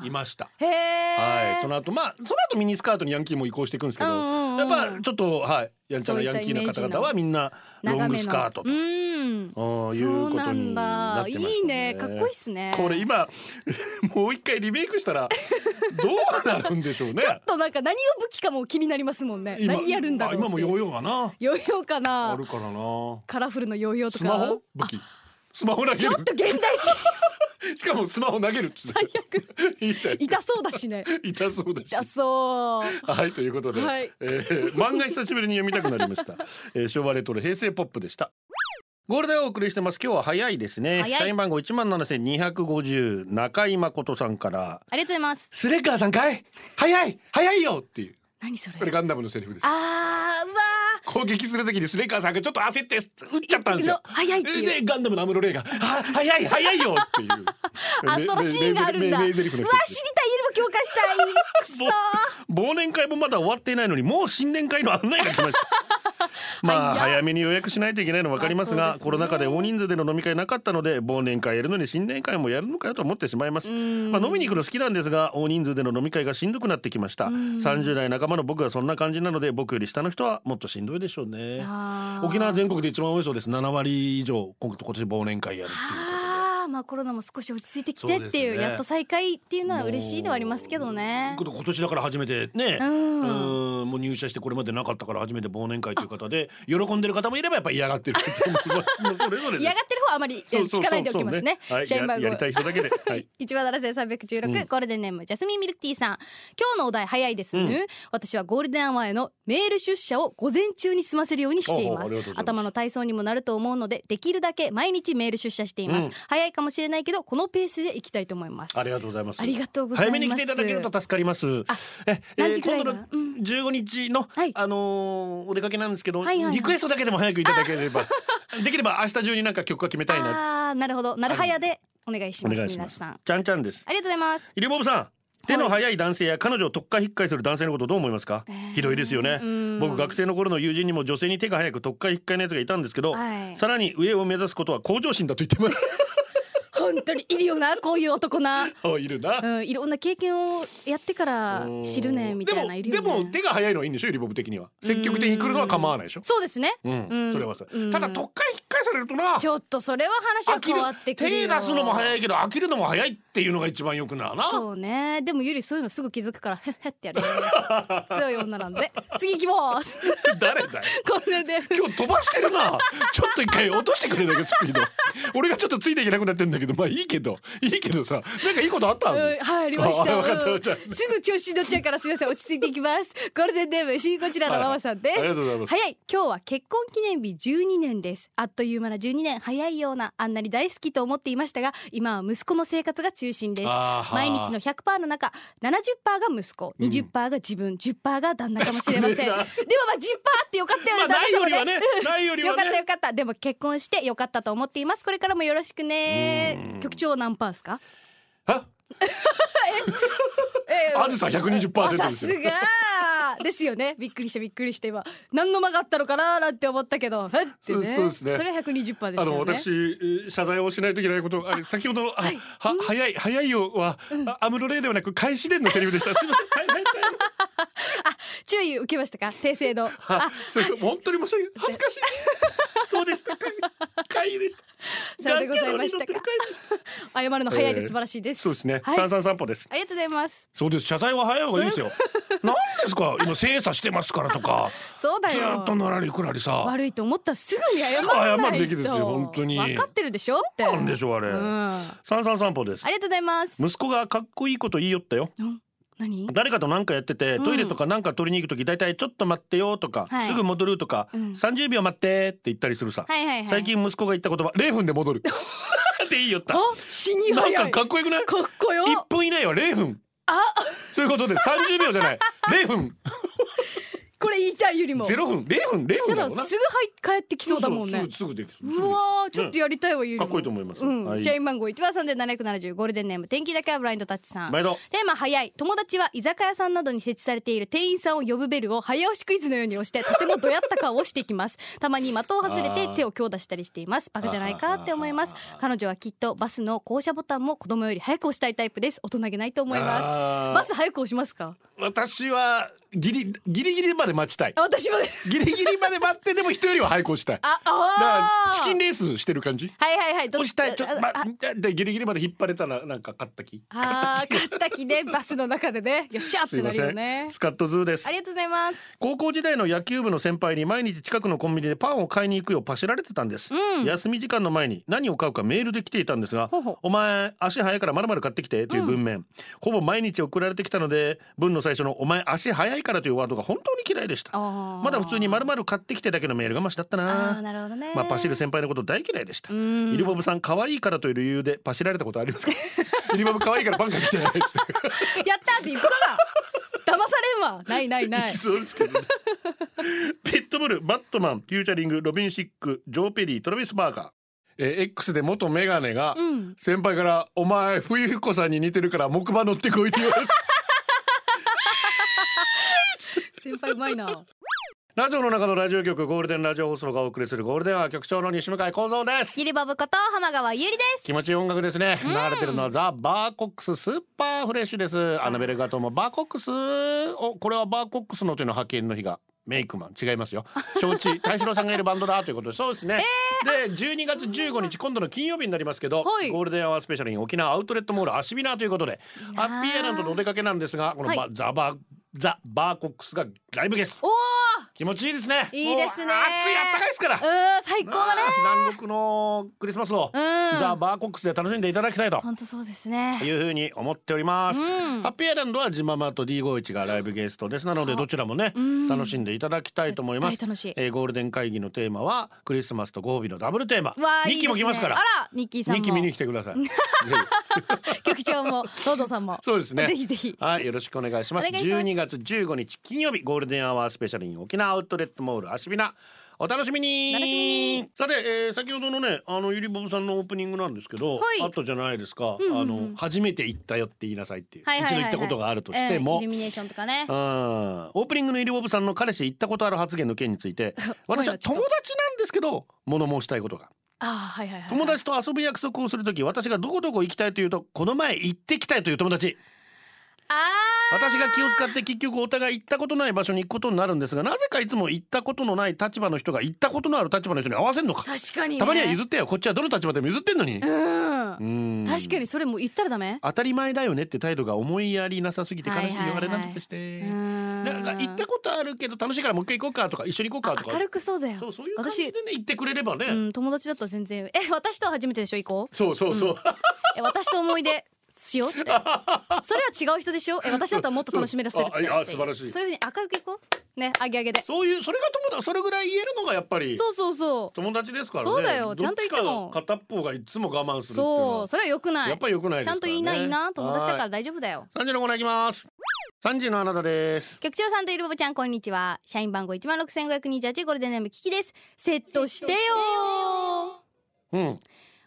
[SPEAKER 1] もいました
[SPEAKER 2] へえ
[SPEAKER 1] はいその後まあその後ミニスカートにヤンキーも移行していくんですけど、
[SPEAKER 2] うんうんうん
[SPEAKER 1] やっぱちょっとはいやんちゃなヤンキーの方々はみんなロングスカートと
[SPEAKER 2] 長。めの
[SPEAKER 1] あ
[SPEAKER 2] う
[SPEAKER 1] あ
[SPEAKER 2] ん
[SPEAKER 1] いう
[SPEAKER 2] そ
[SPEAKER 1] こ
[SPEAKER 2] う
[SPEAKER 1] と
[SPEAKER 2] な
[SPEAKER 1] に
[SPEAKER 2] ん
[SPEAKER 1] なっ
[SPEAKER 2] だ
[SPEAKER 1] てました
[SPEAKER 2] いいねかっこいいっすね
[SPEAKER 1] これ今 もう一回リメイクした らどうなるんでしょうね
[SPEAKER 2] ちょっとなんか何を武器かも気になりますもんね
[SPEAKER 1] 今
[SPEAKER 2] 何やるんだろう
[SPEAKER 1] あ今もヨーヨーがな
[SPEAKER 2] ヨーヨーか
[SPEAKER 1] あ
[SPEAKER 2] な
[SPEAKER 1] るからな
[SPEAKER 2] カラフルのヨーヨーと
[SPEAKER 1] ス
[SPEAKER 2] か
[SPEAKER 1] マホ武器スマホ投げ
[SPEAKER 2] ちょっ
[SPEAKER 1] る
[SPEAKER 2] と現代人
[SPEAKER 1] しかもスマホ投げるっつって いいじゃない
[SPEAKER 2] 痛そうだしね
[SPEAKER 1] 痛そうだし
[SPEAKER 2] 痛そう
[SPEAKER 1] はい ということで、
[SPEAKER 2] はい
[SPEAKER 1] えー漫画久しぶりに読みたくなりました、えー、昭和レトロ平成ポップでしたゴールデンをお送りしてます今日は早いですね
[SPEAKER 2] 早い
[SPEAKER 1] 社員番号17,250中井誠さんから
[SPEAKER 2] ありがとうございます
[SPEAKER 1] スレッガーさんかい早い早いよっていう
[SPEAKER 2] 何それ
[SPEAKER 1] これガンダムのセリフです
[SPEAKER 2] あーうわ
[SPEAKER 1] 攻撃するときにスレッガーさんがちょっと焦って撃っちゃったんですよ
[SPEAKER 2] の早いっていう
[SPEAKER 1] でガンダムのアムロレイが「あ早い早いよ」っていう
[SPEAKER 2] あそのシーンがあるんだうわ
[SPEAKER 1] 名
[SPEAKER 2] 知
[SPEAKER 1] 名台
[SPEAKER 2] りた
[SPEAKER 1] 詞
[SPEAKER 2] い
[SPEAKER 1] の一
[SPEAKER 2] イルも
[SPEAKER 1] つ
[SPEAKER 2] 共感した いくそー
[SPEAKER 1] 忘年会もまだ終わっていないのにもう新年会の案内が来ましたまあ
[SPEAKER 2] 早っ
[SPEAKER 1] 早めに予約しないといけないの分かります
[SPEAKER 2] まあ
[SPEAKER 1] が
[SPEAKER 2] そうですね
[SPEAKER 1] コロナ禍で大人数での飲み会なかったので忘年会やるのに新年会もやるのかよと思ってしまいます、
[SPEAKER 2] ん
[SPEAKER 1] まあ、飲みに行くの好きなんですが大人数での飲み会がしんどくなってきました30代仲間の僕はそんな感じなので僕より下の人はもっとしんどいでしょうね
[SPEAKER 2] あー
[SPEAKER 1] 沖縄全国で一番多いそうです7割以上今今年忘年会やるっていうことで
[SPEAKER 2] あーまあコロナも少し落ち着いてきてって
[SPEAKER 1] そう
[SPEAKER 2] い
[SPEAKER 1] で
[SPEAKER 2] う
[SPEAKER 1] すね
[SPEAKER 2] やっと再開っていうのは嬉しいではありますけどね
[SPEAKER 1] こ。と今年だから初めてね、
[SPEAKER 2] うん
[SPEAKER 1] うんもう入社してこれまでなかったから初めて忘年会という方で喜んでる方もいればやっぱ嫌がってる方もいますもうそれぞれ
[SPEAKER 2] 嫌がってる方はあまり
[SPEAKER 1] そ
[SPEAKER 2] え
[SPEAKER 1] うそうそうそう
[SPEAKER 2] 聞かないでおきますね
[SPEAKER 1] は。い、
[SPEAKER 2] 社員
[SPEAKER 1] や
[SPEAKER 2] 番
[SPEAKER 1] や
[SPEAKER 2] 号
[SPEAKER 1] りたい人だけで、 はい、
[SPEAKER 2] 一番男性三百十
[SPEAKER 1] うん
[SPEAKER 2] 六ゴールデンネームジャスミンミルクティーさん。今日のお題早いですね。私はゴールデンアワーへのメール出社を午前中に済ませるようにしてい
[SPEAKER 1] おうおうあ
[SPEAKER 2] ます
[SPEAKER 1] りがとうございます
[SPEAKER 2] 頭の体操にもなると思うので、できるだけ毎日メール出社しています。
[SPEAKER 1] うん
[SPEAKER 2] 早いかもしれないけどこのペースで行きたいと思います。
[SPEAKER 1] ありがとうございます
[SPEAKER 2] ありがとうございます
[SPEAKER 1] 早めに来ていただけると助かります
[SPEAKER 2] あ
[SPEAKER 1] え
[SPEAKER 2] 何時くらいかな
[SPEAKER 1] 今度の15日の、
[SPEAKER 2] はい
[SPEAKER 1] あのーお出かけなんですけど、
[SPEAKER 2] はいはいはい
[SPEAKER 1] リクエストだけでも早くいただければ できれば明日中になんか曲が決めたいな
[SPEAKER 2] ああーなるほどなるはやでお願いし
[SPEAKER 1] お
[SPEAKER 2] ます
[SPEAKER 1] 願いしま
[SPEAKER 2] 皆
[SPEAKER 1] す
[SPEAKER 2] さん。あ
[SPEAKER 1] ちゃんちゃんです
[SPEAKER 2] りがとうございます。
[SPEAKER 1] イリボブさん手の速い男性や彼女をとっかひっかいする男性のことどう思いますか、ひどいですよね
[SPEAKER 2] うん
[SPEAKER 1] 僕学生の頃の友人にも女性に手が速くとっかひっかいのやつがいたんですけど、
[SPEAKER 2] はい
[SPEAKER 1] さらに上を目指すことは向上心だと言ってます
[SPEAKER 2] 本当にいるよなこういう男な、
[SPEAKER 1] あいるな
[SPEAKER 2] う、ん、いろんな経験をやってから知るねみたいないる
[SPEAKER 1] で
[SPEAKER 2] よね
[SPEAKER 1] もでも手が速いのはいいんでしょイリボブ的には積極的に来るのは構わないでしょ
[SPEAKER 2] そうですね
[SPEAKER 1] うん、
[SPEAKER 2] うん
[SPEAKER 1] それはそれ、
[SPEAKER 2] うん
[SPEAKER 1] ただとっかひっかいされるとな
[SPEAKER 2] ちょっとそれは話は
[SPEAKER 1] 飽き
[SPEAKER 2] 変
[SPEAKER 1] る
[SPEAKER 2] わってくる
[SPEAKER 1] 手
[SPEAKER 2] よ
[SPEAKER 1] 出すのも早いけど飽きるのも早いっていうのが一番よくなるな
[SPEAKER 2] そうねでもゆりそういうのすぐ気づくからへっへってやるよね強い女なんで次行きます
[SPEAKER 1] 誰だよ
[SPEAKER 2] これで
[SPEAKER 1] 今日飛ばしてる なちょっと一回落としてくれるだけスピード俺がちょっとついていけなくなってんだけどまあいいけどいいけどさなんかいいことあったの、
[SPEAKER 2] うんはい、ありました。
[SPEAKER 1] あわかった
[SPEAKER 2] うん
[SPEAKER 1] わかった
[SPEAKER 2] すぐ調子に乗っちゃうから、すみません、落ち着いていきます。ゴールデンデブ、シーこちらのママさんです。
[SPEAKER 1] はいありがとうございます
[SPEAKER 2] 早い、今日は結婚記念日12年です。あっという間な12年、早いような、あんなに大好きと思っていましたが、今は息子の生活が中心です。
[SPEAKER 1] あーはー
[SPEAKER 2] 毎日の100%の中、70%が息子、20%が自分、10%が旦那かもしれませ
[SPEAKER 1] 少ね
[SPEAKER 2] ん。で
[SPEAKER 1] え
[SPEAKER 2] もま
[SPEAKER 1] な
[SPEAKER 2] あ10%ってよかったよ
[SPEAKER 1] まあ
[SPEAKER 2] ね、
[SPEAKER 1] ないよ
[SPEAKER 2] 旦那
[SPEAKER 1] り
[SPEAKER 2] 様
[SPEAKER 1] は
[SPEAKER 2] ね
[SPEAKER 1] ね。ないよりは
[SPEAKER 2] よかったよ
[SPEAKER 1] ね
[SPEAKER 2] かったでも結婚してよかったと思っていますこれからもよろしくね局長何パーですか
[SPEAKER 1] あ
[SPEAKER 2] え
[SPEAKER 1] あずさ120%
[SPEAKER 2] さ
[SPEAKER 1] です
[SPEAKER 2] す
[SPEAKER 1] よ
[SPEAKER 2] がですよねびっくりしてびっくりして今何の間があったのかななんて思ったけどえってね
[SPEAKER 1] そうそうですね
[SPEAKER 2] れは120%です
[SPEAKER 1] あ
[SPEAKER 2] よね
[SPEAKER 1] の私えー謝罪をしないといけないことあれ先ほどのあは早い早いよは、あアムロレイではなく開始伝のセリフでしたすいませんはいはいはい
[SPEAKER 2] 注意 受けましたか訂正の
[SPEAKER 1] あ、それ本当に申し訳ない恥ずかしいそうでしたか回でした。
[SPEAKER 2] さようでございまし
[SPEAKER 1] ガ
[SPEAKER 2] たか
[SPEAKER 1] ッキャロンに乗ってる回でし
[SPEAKER 2] 謝るの早いです、素晴らしいです
[SPEAKER 1] そうですね。
[SPEAKER 2] はい
[SPEAKER 1] 三三散歩です。
[SPEAKER 2] ありがとうございます
[SPEAKER 1] そうです。謝罪は早い方がいいですよ。なんですか。今精査してますからとか。
[SPEAKER 2] そうだ
[SPEAKER 1] ずー
[SPEAKER 2] よ
[SPEAKER 1] っとのらりくらりさ。
[SPEAKER 2] 悪いと思ったらすぐに謝らないと
[SPEAKER 1] すぐ謝るべきですよ本当に
[SPEAKER 2] 分かってるでしょって
[SPEAKER 1] なんでしょうあれ
[SPEAKER 2] う。んあ
[SPEAKER 1] 三三散歩です
[SPEAKER 2] り。がとうございます
[SPEAKER 1] 息子がかっこいいこと言いよったよ。
[SPEAKER 2] 何
[SPEAKER 1] 誰かと何かやってて、
[SPEAKER 2] うん
[SPEAKER 1] トイレとか何か取りに行く時大体「ちょっと待ってよ」とか、
[SPEAKER 2] はい
[SPEAKER 1] すぐ戻る」とか、
[SPEAKER 2] うん
[SPEAKER 1] 30秒待って」って言ったりするさ、
[SPEAKER 2] はいはいはい
[SPEAKER 1] 最近息子が言った言葉「0分で戻 る」っていいよった
[SPEAKER 2] あ死に
[SPEAKER 1] な
[SPEAKER 2] 早
[SPEAKER 1] ん
[SPEAKER 2] い
[SPEAKER 1] かかっこよくない
[SPEAKER 2] かっこよ
[SPEAKER 1] ?1 分以内は0分そういうことで30秒じゃ ない0分
[SPEAKER 2] これ言いたいよりも
[SPEAKER 1] 0分0分0
[SPEAKER 2] そし
[SPEAKER 1] 分
[SPEAKER 2] た
[SPEAKER 1] だ
[SPEAKER 2] ら
[SPEAKER 1] ろうな
[SPEAKER 2] すぐはい帰ってきそうだもん
[SPEAKER 1] そ
[SPEAKER 2] ね
[SPEAKER 1] うそうすぐすぐできる
[SPEAKER 2] うわーちょっとやりたいわ、ゆりも
[SPEAKER 1] かっこいいと思います
[SPEAKER 2] うん、
[SPEAKER 1] はい
[SPEAKER 2] 社員番号一番三千七百七十ゴールデンネーム天気だけはブラインドタッチさん。テ
[SPEAKER 1] 毎度
[SPEAKER 2] ーマ早い友達は居酒屋さんなどに設置されている店員さんを呼ぶベルを早押しクイズのように押してとてもどやった顔をしていき ますたまに的を外れて手を強打したりしていますバカじゃないかって思います彼女はきっとバスの降車ボタンも子供より早く押したいタイプです大人げないと思います
[SPEAKER 1] あー
[SPEAKER 2] バス早く押しますか
[SPEAKER 1] 私はギリギリギリまで待ちたい
[SPEAKER 2] あ私もです
[SPEAKER 1] ギリギリまで待ってでも人よりは早く押したいだか
[SPEAKER 2] ああ
[SPEAKER 1] ら
[SPEAKER 2] ー
[SPEAKER 1] チキンレースしてる感じ
[SPEAKER 2] はいはいはいどっ
[SPEAKER 1] 押
[SPEAKER 2] ち
[SPEAKER 1] したいちょっと、ま
[SPEAKER 2] あ、
[SPEAKER 1] でギリギリまで引っ張れたらなんか勝った気
[SPEAKER 2] あー勝った気でバスの中でねよっしゃっ
[SPEAKER 1] す
[SPEAKER 2] て
[SPEAKER 1] い
[SPEAKER 2] な
[SPEAKER 1] ま
[SPEAKER 2] る
[SPEAKER 1] せ
[SPEAKER 2] よ
[SPEAKER 1] ん、
[SPEAKER 2] ね
[SPEAKER 1] スカットズーです
[SPEAKER 2] ありがとうございます
[SPEAKER 1] 高校時代の野球部の先輩に毎日近くのコンビニでパンを買いに行くようパシられてたんです、
[SPEAKER 2] うん
[SPEAKER 1] 休み時間の前に何を買うかメールで来ていたんですが
[SPEAKER 2] ほうほう
[SPEAKER 1] お前足早いからまるまる買ってきて」という文面、ほぼ毎日送られてきたので文の最初の「お前足早いから」というワードが本当に嫌いでしたま
[SPEAKER 2] ま
[SPEAKER 1] だ普通にまるまる買ってきてだけのメールがマシだった
[SPEAKER 2] あー
[SPEAKER 1] な
[SPEAKER 2] なるほどね
[SPEAKER 1] まあパシる先輩のこと大嫌いでした、
[SPEAKER 2] うん
[SPEAKER 1] イリボブさん可愛いからという理由でパシられたことあり ますかイリボブ可愛いからパン買ってきてないっつって
[SPEAKER 2] やったーって言うから騙されんわないな いない
[SPEAKER 1] そうですけど、 ね、ピットブルバットマンフューチャリングロビン・シックジョー・ペリートラビス・バーガー、えー X で元メガネが
[SPEAKER 2] うん
[SPEAKER 1] 先輩から「お前冬彦さんに似てるから木馬乗ってこい」って言われて
[SPEAKER 2] 先輩うま いな
[SPEAKER 1] ラジオの中のラジオ局ゴールデンラジオ放送がお送りするゴールデンは局長の西向井光三です
[SPEAKER 2] シリバブこと浜川ゆりです
[SPEAKER 1] 気持ちいい音楽ですね流れてるのはザ・バーコックススーパーフレッシュですアナベルガトもバーコックスおこれはバーコックスのというのは派遣の日がメイクマン違いますよ承 知大志郎さんがいるバンドだということでそうですね、で12月15日今度の金曜日になりますけど、
[SPEAKER 2] はい
[SPEAKER 1] ゴールデンアワースペシャルに沖縄アウトレットモールアシビナーということで
[SPEAKER 2] な
[SPEAKER 1] ハ
[SPEAKER 2] あ
[SPEAKER 1] ッピーエランドのお出かけなんですがこのバ、
[SPEAKER 2] はい
[SPEAKER 1] ザ・バーザ・バーコックスがライブゲスト
[SPEAKER 2] おー
[SPEAKER 1] 気持ちいいですね
[SPEAKER 2] いいです
[SPEAKER 1] も
[SPEAKER 2] ね
[SPEAKER 1] う暑いあったかいですから
[SPEAKER 2] うーん最高だね
[SPEAKER 1] なあ南国のクリスマスを、
[SPEAKER 2] うん
[SPEAKER 1] ザ・バーコックスで楽しんでいただきたいと
[SPEAKER 2] 本当そうですね
[SPEAKER 1] いうふうに思っております、
[SPEAKER 2] うん
[SPEAKER 1] ハッピーアイランドはジママと D51 がライブゲストですなのでどちらもね、
[SPEAKER 2] うん
[SPEAKER 1] 楽しんでいただきたいと思います
[SPEAKER 2] 絶対楽しい
[SPEAKER 1] えーゴールデン会議のテーマはクリスマスとご褒美のダブルテーマ
[SPEAKER 2] わーいい
[SPEAKER 1] 日記も来ますから
[SPEAKER 2] ですねあらニッキーさん
[SPEAKER 1] 日記見に
[SPEAKER 2] も
[SPEAKER 1] 来てくださいぜひ
[SPEAKER 2] 局長もロードさんも
[SPEAKER 1] そうですね
[SPEAKER 2] ぜひぜひ
[SPEAKER 1] はいよろしくお願いします
[SPEAKER 2] お願いします
[SPEAKER 1] 12月15日金曜日ゴールデンアワースペシャルイン沖縄アウトレットモールアシビナお楽しみに
[SPEAKER 2] 楽しみに
[SPEAKER 1] さて、えー先ほどのねあのゆりぼぶさんのオープニングなんですけど、
[SPEAKER 2] い
[SPEAKER 1] あったじゃないですか、
[SPEAKER 2] うんうんうん
[SPEAKER 1] あの初めて行ったよって言いなさいっていう、
[SPEAKER 2] はいはいはいはい
[SPEAKER 1] 一度行ったことがあるとして
[SPEAKER 2] うん
[SPEAKER 1] も、
[SPEAKER 2] イルミネーションとかね
[SPEAKER 1] うんオープニングのイリボブさんの彼氏行ったことある発言の件について
[SPEAKER 2] 怖い
[SPEAKER 1] 私
[SPEAKER 2] な
[SPEAKER 1] は
[SPEAKER 2] ちょっ
[SPEAKER 1] 友
[SPEAKER 2] と
[SPEAKER 1] 達なんですけど物申したいことが
[SPEAKER 2] あーはいはいはい
[SPEAKER 1] 友達と遊ぶ約束をするとき私がどこどこ行きたいというとこの前行ってきたいという友達
[SPEAKER 2] あ
[SPEAKER 1] 私が気を使って結局お互い行ったことない場所に行くことになるんですがなぜかいつも行ったことのない立場の人が行ったことのある立場の人に合わせるのか
[SPEAKER 2] ー確かにね
[SPEAKER 1] たまには譲ってよこっちはどの立場でも譲ってんのに
[SPEAKER 2] うん
[SPEAKER 1] うん
[SPEAKER 2] 確かにそれもう言ったらダメ
[SPEAKER 1] 当たり前だよねって態度が思いやりなさすぎて悲しいよ
[SPEAKER 2] はいはいはい
[SPEAKER 1] あれなんとかして
[SPEAKER 2] うん
[SPEAKER 1] だから行ったことあるけど楽しいからもう一回行こうかとか一緒に行こうかと
[SPEAKER 2] 明
[SPEAKER 1] か
[SPEAKER 2] るくそうだよ
[SPEAKER 1] そうそういう感じでね行ってくれればね、
[SPEAKER 2] うん、友達だったら全然「え私とは初めてでしょ行こう
[SPEAKER 1] そうそうそう、
[SPEAKER 2] え私と思い出 しよう」ってそれは違う人でしょえ私だったらもっと楽しめらせるって
[SPEAKER 1] そうそうあいや素晴らしい
[SPEAKER 2] そういうふうに明るくいこうねあげあげでそ
[SPEAKER 1] そういうそれが友達それぐらい言えるのがやっぱり
[SPEAKER 2] うそうそ
[SPEAKER 1] 友達ですからね
[SPEAKER 2] そうだよちゃんと言っても
[SPEAKER 1] どっちか片っぽがいつも我慢す
[SPEAKER 2] う
[SPEAKER 1] るっていうの
[SPEAKER 2] そ
[SPEAKER 1] は
[SPEAKER 2] うそれは良くない
[SPEAKER 1] やっぱり良くないです
[SPEAKER 2] ちゃんと言いないいな友達だから
[SPEAKER 1] ら
[SPEAKER 2] 大丈夫だよ
[SPEAKER 1] 三時のコーナーいきます三時のあなたです
[SPEAKER 2] 局長さんといるぼぼちゃんこんにちは社員番号1万6528ゴールデンネームキキですセットしてよ
[SPEAKER 1] うん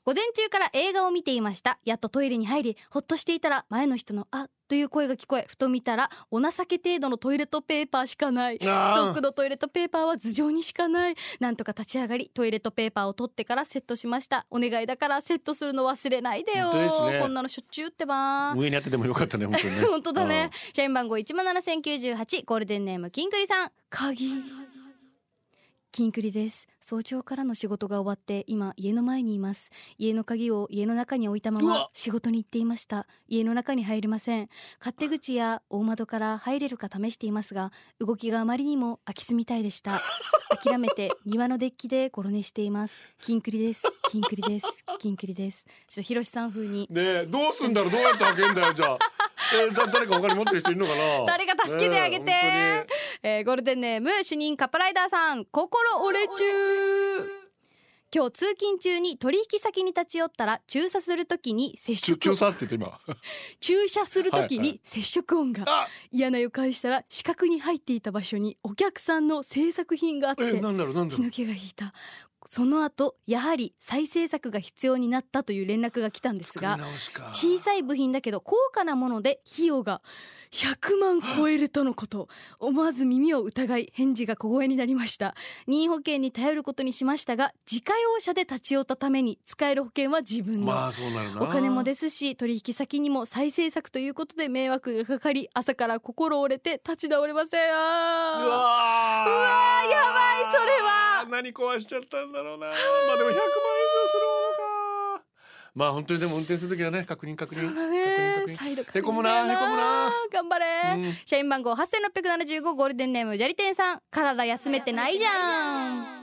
[SPEAKER 2] 午前中から映画を見ていましたやっとトイレに入りほっとしていたら前の人の「あという声が聞こえふと見たらお情け程度のトイレットペーパーしかないスト
[SPEAKER 1] あー
[SPEAKER 2] ックのトイレットペーパーは頭上にしかないなんとか立ち上がりトイレットペーパーを取ってからセットしましたお願いだからセットするの忘れないでよ
[SPEAKER 1] 本当ですね
[SPEAKER 2] こんなのしょっちゅう売ってば
[SPEAKER 1] 上にやっててもよかったね本当に ね
[SPEAKER 2] 本当だね社員番号1万7098ゴールデンネームキングリさん鍵キンクリです早朝からの仕事が終わって今家の前にいます家の鍵を家の中に置いたま
[SPEAKER 4] う
[SPEAKER 2] ま
[SPEAKER 4] わ
[SPEAKER 2] 仕事に行っていました家の中に入れません勝手口や大窓から入れるか試していますが動きがあまりにも空き巣みたいでした諦めて庭のデッキで転寝していますキンクリですキンクリですキンクリですちょっとひろしさん風に
[SPEAKER 1] ねえどうすんだろうどうやって開けんだよじゃあ、えー、だ誰か他に持ってる人いるのかな
[SPEAKER 2] 誰か助けてあげて
[SPEAKER 1] ねえ本当に
[SPEAKER 2] えーゴールデンネーム主任カッパライダーさん心折れ中今日通勤中に取引先に立ち寄ったら駐車するときに接
[SPEAKER 3] ちゅ
[SPEAKER 2] 触
[SPEAKER 3] 中
[SPEAKER 2] 音
[SPEAKER 3] 佐って言って今
[SPEAKER 2] 駐車するとき
[SPEAKER 3] はいは
[SPEAKER 2] に接触音が、
[SPEAKER 3] あ
[SPEAKER 2] 嫌な予感したら四角に入っていた場所にお客さんの制作品があっ
[SPEAKER 3] え
[SPEAKER 2] て
[SPEAKER 3] なんだろうなんだ
[SPEAKER 2] 血
[SPEAKER 3] ろう
[SPEAKER 2] の気が引いたその後やはり再制作が必要になったという連絡が来たんですが
[SPEAKER 3] 直しか
[SPEAKER 2] 小さい部品だけど高価なもので費用が100万超えるとのこと思わず耳を疑い返事が小声になりました任意保険に頼ることにしましたが自家用車で立ち寄ったために使える保険は自分の、
[SPEAKER 1] まあそうなるな
[SPEAKER 2] お金もですし取引先にも再制作ということで迷惑がかかり朝から心折れて立ち直れません
[SPEAKER 1] うわー
[SPEAKER 2] あ
[SPEAKER 1] や
[SPEAKER 2] ばいそれは
[SPEAKER 1] 何壊しちゃったんだろうなまあでも100万円以上するものかまあ本当にでも運転するときはね確認確
[SPEAKER 2] ーそう
[SPEAKER 1] 認
[SPEAKER 2] だね
[SPEAKER 1] 確認確認
[SPEAKER 2] 再度確
[SPEAKER 1] へこ
[SPEAKER 2] 認
[SPEAKER 1] む
[SPEAKER 2] だ
[SPEAKER 1] な
[SPEAKER 2] よ
[SPEAKER 1] へこむな
[SPEAKER 2] 頑張れ、
[SPEAKER 1] うん
[SPEAKER 2] 社員番号八千六百七十五ゴールデンネームジャリテンさん。体休めてないじゃん。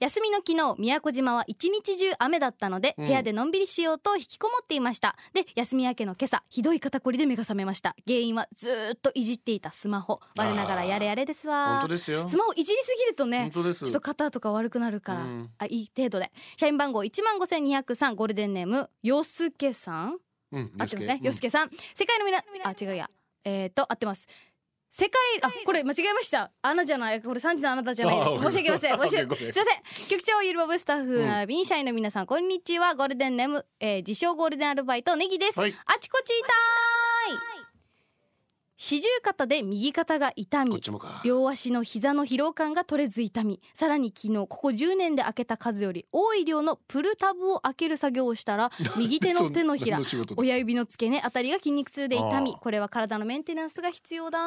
[SPEAKER 2] 休みの昨日宮古島は一日中雨だったので、
[SPEAKER 1] うん
[SPEAKER 2] 部屋でのんびりしようと引きこもっていましたで休み明けの今朝ひどい肩こりで目が覚めました原因はずーっといじっていたスマホ我ながらやれやれです
[SPEAKER 1] 本
[SPEAKER 2] わ
[SPEAKER 1] 当ですよ
[SPEAKER 2] スマホいじりすぎると
[SPEAKER 1] 本
[SPEAKER 2] ね
[SPEAKER 1] 当です
[SPEAKER 2] ちょっと肩とか悪くなるから、
[SPEAKER 1] うん
[SPEAKER 2] あいい程度で社員番号一万五千二百三ゴールデンネームよすけさん
[SPEAKER 1] うん
[SPEAKER 2] 合ってますね。
[SPEAKER 1] よ
[SPEAKER 2] よ
[SPEAKER 1] し
[SPEAKER 2] す
[SPEAKER 1] け
[SPEAKER 2] けさん、世界のみな、あ、違うや。えっ、と、合ってます。世界、あ、これ間違えました。アナじゃない、これ三時のあなたじゃないです。
[SPEAKER 1] あ
[SPEAKER 2] 申し訳あり ません。申
[SPEAKER 1] ご
[SPEAKER 2] し訳
[SPEAKER 1] めんごめん
[SPEAKER 2] すいません。局長ゆるぼぶスタッフ並びに社員の皆さん、こんにちは。ゴールデンネーム、えー、自称ゴールデンアルバイトネギです。
[SPEAKER 1] はい
[SPEAKER 2] あちこち痛い。四十肩で右肩が痛
[SPEAKER 1] こっ
[SPEAKER 2] み
[SPEAKER 1] ち。もか
[SPEAKER 2] 両足の膝の疲労感が取れず痛みさらに昨日ここ10年で開けた数より多い量のプルタブを開ける作業をし たら右手の手のひら
[SPEAKER 3] そんな仕事
[SPEAKER 2] 親指の付け根あたりが筋肉痛で痛
[SPEAKER 1] あ
[SPEAKER 2] み
[SPEAKER 1] あ
[SPEAKER 2] これは体のメンテナンスが必要だ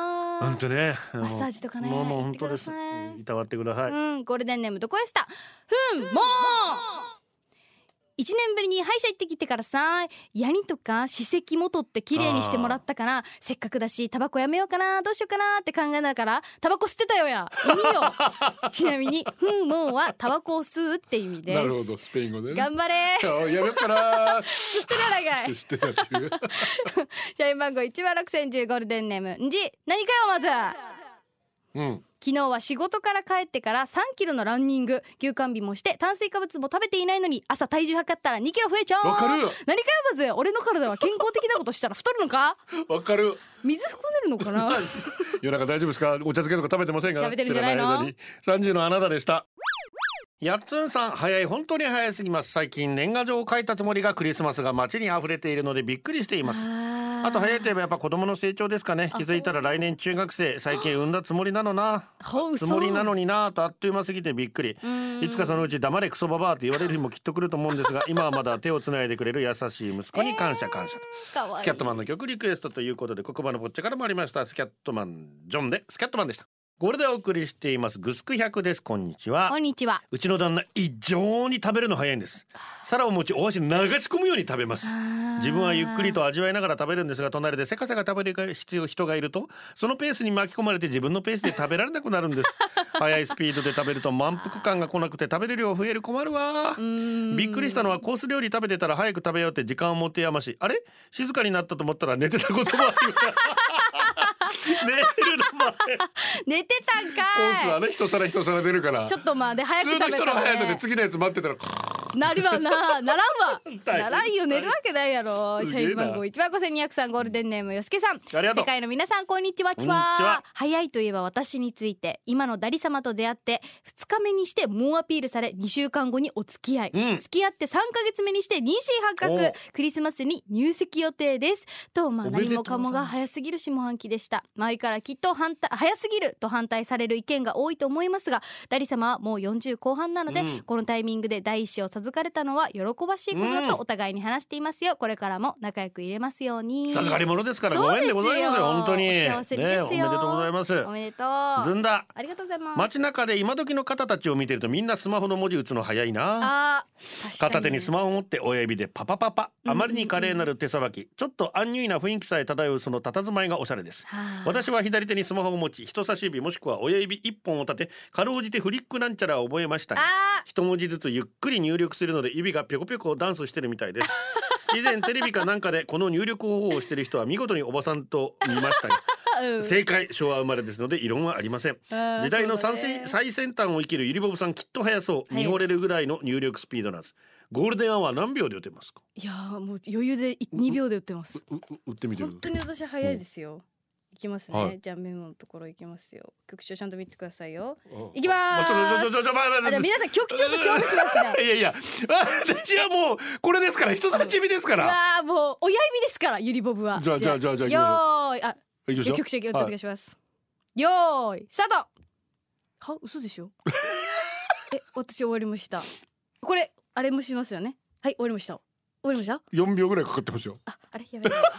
[SPEAKER 1] ほんとねマ
[SPEAKER 2] マッサージとかね
[SPEAKER 1] もうもう
[SPEAKER 2] 行
[SPEAKER 1] 本
[SPEAKER 2] ってく
[SPEAKER 1] 当で
[SPEAKER 2] だ
[SPEAKER 1] す
[SPEAKER 2] さい
[SPEAKER 1] いたわってください
[SPEAKER 2] うんゴールデンネームどこでしたふんもう1年ぶりに歯医者行ってきてからさヤニとか歯石も取って綺麗にしてもらったからせっかくだしタバコやめようかなどうしようかなって考えながらタバコ吸ってたよや意 味よちなみに「ふんもう」はタバコを吸うって意味です
[SPEAKER 3] なるほどスペイン語でね
[SPEAKER 2] 頑張れ
[SPEAKER 3] あやめっか なー
[SPEAKER 2] 吸ってた長い
[SPEAKER 3] 知ってたって いう
[SPEAKER 2] 社員番号1万6 0 1ゴールデンネームんじ何かよまず
[SPEAKER 1] うん
[SPEAKER 2] 昨日は仕事から帰ってから3キロのランニング休館日もして炭水化物も食べていないのに朝体重測ったら2キロ増えちゃう
[SPEAKER 3] わかる
[SPEAKER 2] 何かよまず俺の体は健康的なことしたら太るのか
[SPEAKER 3] わかる
[SPEAKER 2] 水含んでるのかな
[SPEAKER 1] 夜中大丈夫ですかお茶漬けとか食べてませんか
[SPEAKER 2] 食べてるんじゃないの
[SPEAKER 1] 三十のあなたでしたやっつんさん早い本当に早すぎます最近年賀状を書いたつもりがクリスマスが街に溢れているのでびっくりしています
[SPEAKER 2] あ
[SPEAKER 1] あと早いといえばやっぱ子供の成長ですかね
[SPEAKER 2] あ
[SPEAKER 1] 気づいたら来年中学生最近産んだつもりなのな
[SPEAKER 2] ほう
[SPEAKER 1] つもりなの
[SPEAKER 2] に
[SPEAKER 1] になとあっという間すぎてびっくりいつかそのうち黙れクソババアって言われる日もきっと来ると思うんですが今はまだ手をつないでくれる優しい息子に感謝感謝と
[SPEAKER 2] かわい
[SPEAKER 1] ス
[SPEAKER 2] い
[SPEAKER 1] キャットマンの曲リクエストということで黒板のぼっちゃからもありましたスキャットマンジョンでスキャットマンでしたこれでお送りしていますグスク100ですこんにちは
[SPEAKER 2] こんにちは
[SPEAKER 1] うちの旦那異常に食べるの早いんです皿を持ちお箸に流し込むように食べます自分はゆっくりと味わいながら食べるんですが隣でせかせか食べる人がいるとそのペースに巻き込まれて自分のペースで食べられなくなるんです 早いスピードで食べると満腹感が来なくて食べる量増える困るわびっくりしたのはコース料理食べてたら早く食べようって時間を持て余しあれ静かになったと思ったら寝てたこともある 寝るの前
[SPEAKER 2] 寝てたん
[SPEAKER 3] コース
[SPEAKER 2] か
[SPEAKER 3] はね一皿一皿出るから
[SPEAKER 2] いちょっとまあで早
[SPEAKER 3] 普
[SPEAKER 2] く
[SPEAKER 3] 通
[SPEAKER 2] 食べ
[SPEAKER 3] の人の
[SPEAKER 2] た
[SPEAKER 3] 速さで
[SPEAKER 2] ね
[SPEAKER 3] 次のやつ待ってたら
[SPEAKER 2] なるわなならんわ
[SPEAKER 1] 大変
[SPEAKER 2] ならんよ寝るわけないやろ
[SPEAKER 1] す
[SPEAKER 2] 社
[SPEAKER 1] げえな
[SPEAKER 2] 員番号1万5203ゴールデンネームよすけさん
[SPEAKER 1] ありがとう
[SPEAKER 2] 世界の皆さんこんにちは
[SPEAKER 1] こんにちは
[SPEAKER 2] 早いといえば私について今のダリ様と出会って2日目にして猛アピールされ2週間後にお付き合い、
[SPEAKER 1] うん
[SPEAKER 2] 付き合って3ヶ月目にして妊娠発
[SPEAKER 1] おう
[SPEAKER 2] 覚クリスマスに入籍予定ですとまあ
[SPEAKER 1] おめで
[SPEAKER 2] 何
[SPEAKER 1] とうご
[SPEAKER 2] も
[SPEAKER 1] ざいます
[SPEAKER 2] かもが早すぎる下半期でした周りからきっと反対早すぎると反対される意見が多いと思いますがダリ様はもう40後半なので、
[SPEAKER 1] うん
[SPEAKER 2] このタイミングで第一子を授授かれたのは喜ばしいことだ
[SPEAKER 1] う
[SPEAKER 2] と
[SPEAKER 1] ん
[SPEAKER 2] お互いに話していますよこれからも仲良く入れますように
[SPEAKER 1] 授かり物ですから
[SPEAKER 2] そう
[SPEAKER 1] ご縁でございますよ本当に
[SPEAKER 2] ですよお幸せにです
[SPEAKER 1] ねお
[SPEAKER 2] よ
[SPEAKER 1] めでとうございます
[SPEAKER 2] おめでとうあ
[SPEAKER 1] ずんだ
[SPEAKER 2] りがとうございます
[SPEAKER 1] 街中で今時の方たちを見てるとみんなスマホの文字打つの早いな
[SPEAKER 2] あー確かに
[SPEAKER 1] 片手にスマホを持って親指でパパパパあまりに華麗なる手さばきちょっとアンニュイな雰囲気さえ漂うその佇まいがおしゃれです
[SPEAKER 2] はあ
[SPEAKER 1] 私は左手にスマホを持ち人差し指もしくは親指一本を立てかろうじてフリックなんちゃらを覚えましたが
[SPEAKER 2] あ
[SPEAKER 1] 一文字ずつゆっくり入力するので指がぴょこぴょこダンスしてるみたい です以前テレビかなんかでこの入力方法をしてる人は見事におばさんと見ましたが
[SPEAKER 2] ーうん
[SPEAKER 1] 正解昭和生まれですので異論はありません
[SPEAKER 2] あー
[SPEAKER 1] 時代の
[SPEAKER 2] そう
[SPEAKER 1] 最
[SPEAKER 2] だね
[SPEAKER 1] 先最先端を生きるゆりぼぶさんきっと早そう
[SPEAKER 2] 早いで
[SPEAKER 1] 見
[SPEAKER 2] す
[SPEAKER 1] 惚れるぐらいの入力スピードなんですゴールデンアワー何秒で打てますか
[SPEAKER 2] いやーもう余裕で2秒で打ってます
[SPEAKER 3] うう打ってみてる
[SPEAKER 2] 本当に私早いですよいきますね、
[SPEAKER 3] はい
[SPEAKER 2] じゃあメモのところいきますよ局長ちゃんと見てくださいよ
[SPEAKER 3] あ
[SPEAKER 2] いきまーす
[SPEAKER 1] あちょちょちょちょまあまあ
[SPEAKER 2] あじゃあ皆さん局長と勝負しますね
[SPEAKER 1] いやいや私はもうこれですから人差し指ですか
[SPEAKER 2] うわ
[SPEAKER 1] ら
[SPEAKER 2] ーもう親指ですからゆりぼぶは
[SPEAKER 3] じゃあじゃあじゃあじゃあ
[SPEAKER 2] よーいあ
[SPEAKER 3] いきましょう
[SPEAKER 2] 局長お願いします、よーいスタートは嘘でしょ え私終わりましたこれあれもしますよねはい終わりました終わりました
[SPEAKER 3] 4秒ぐらいかかってますよ
[SPEAKER 2] ああれやばいやばい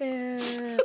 [SPEAKER 2] えー、はい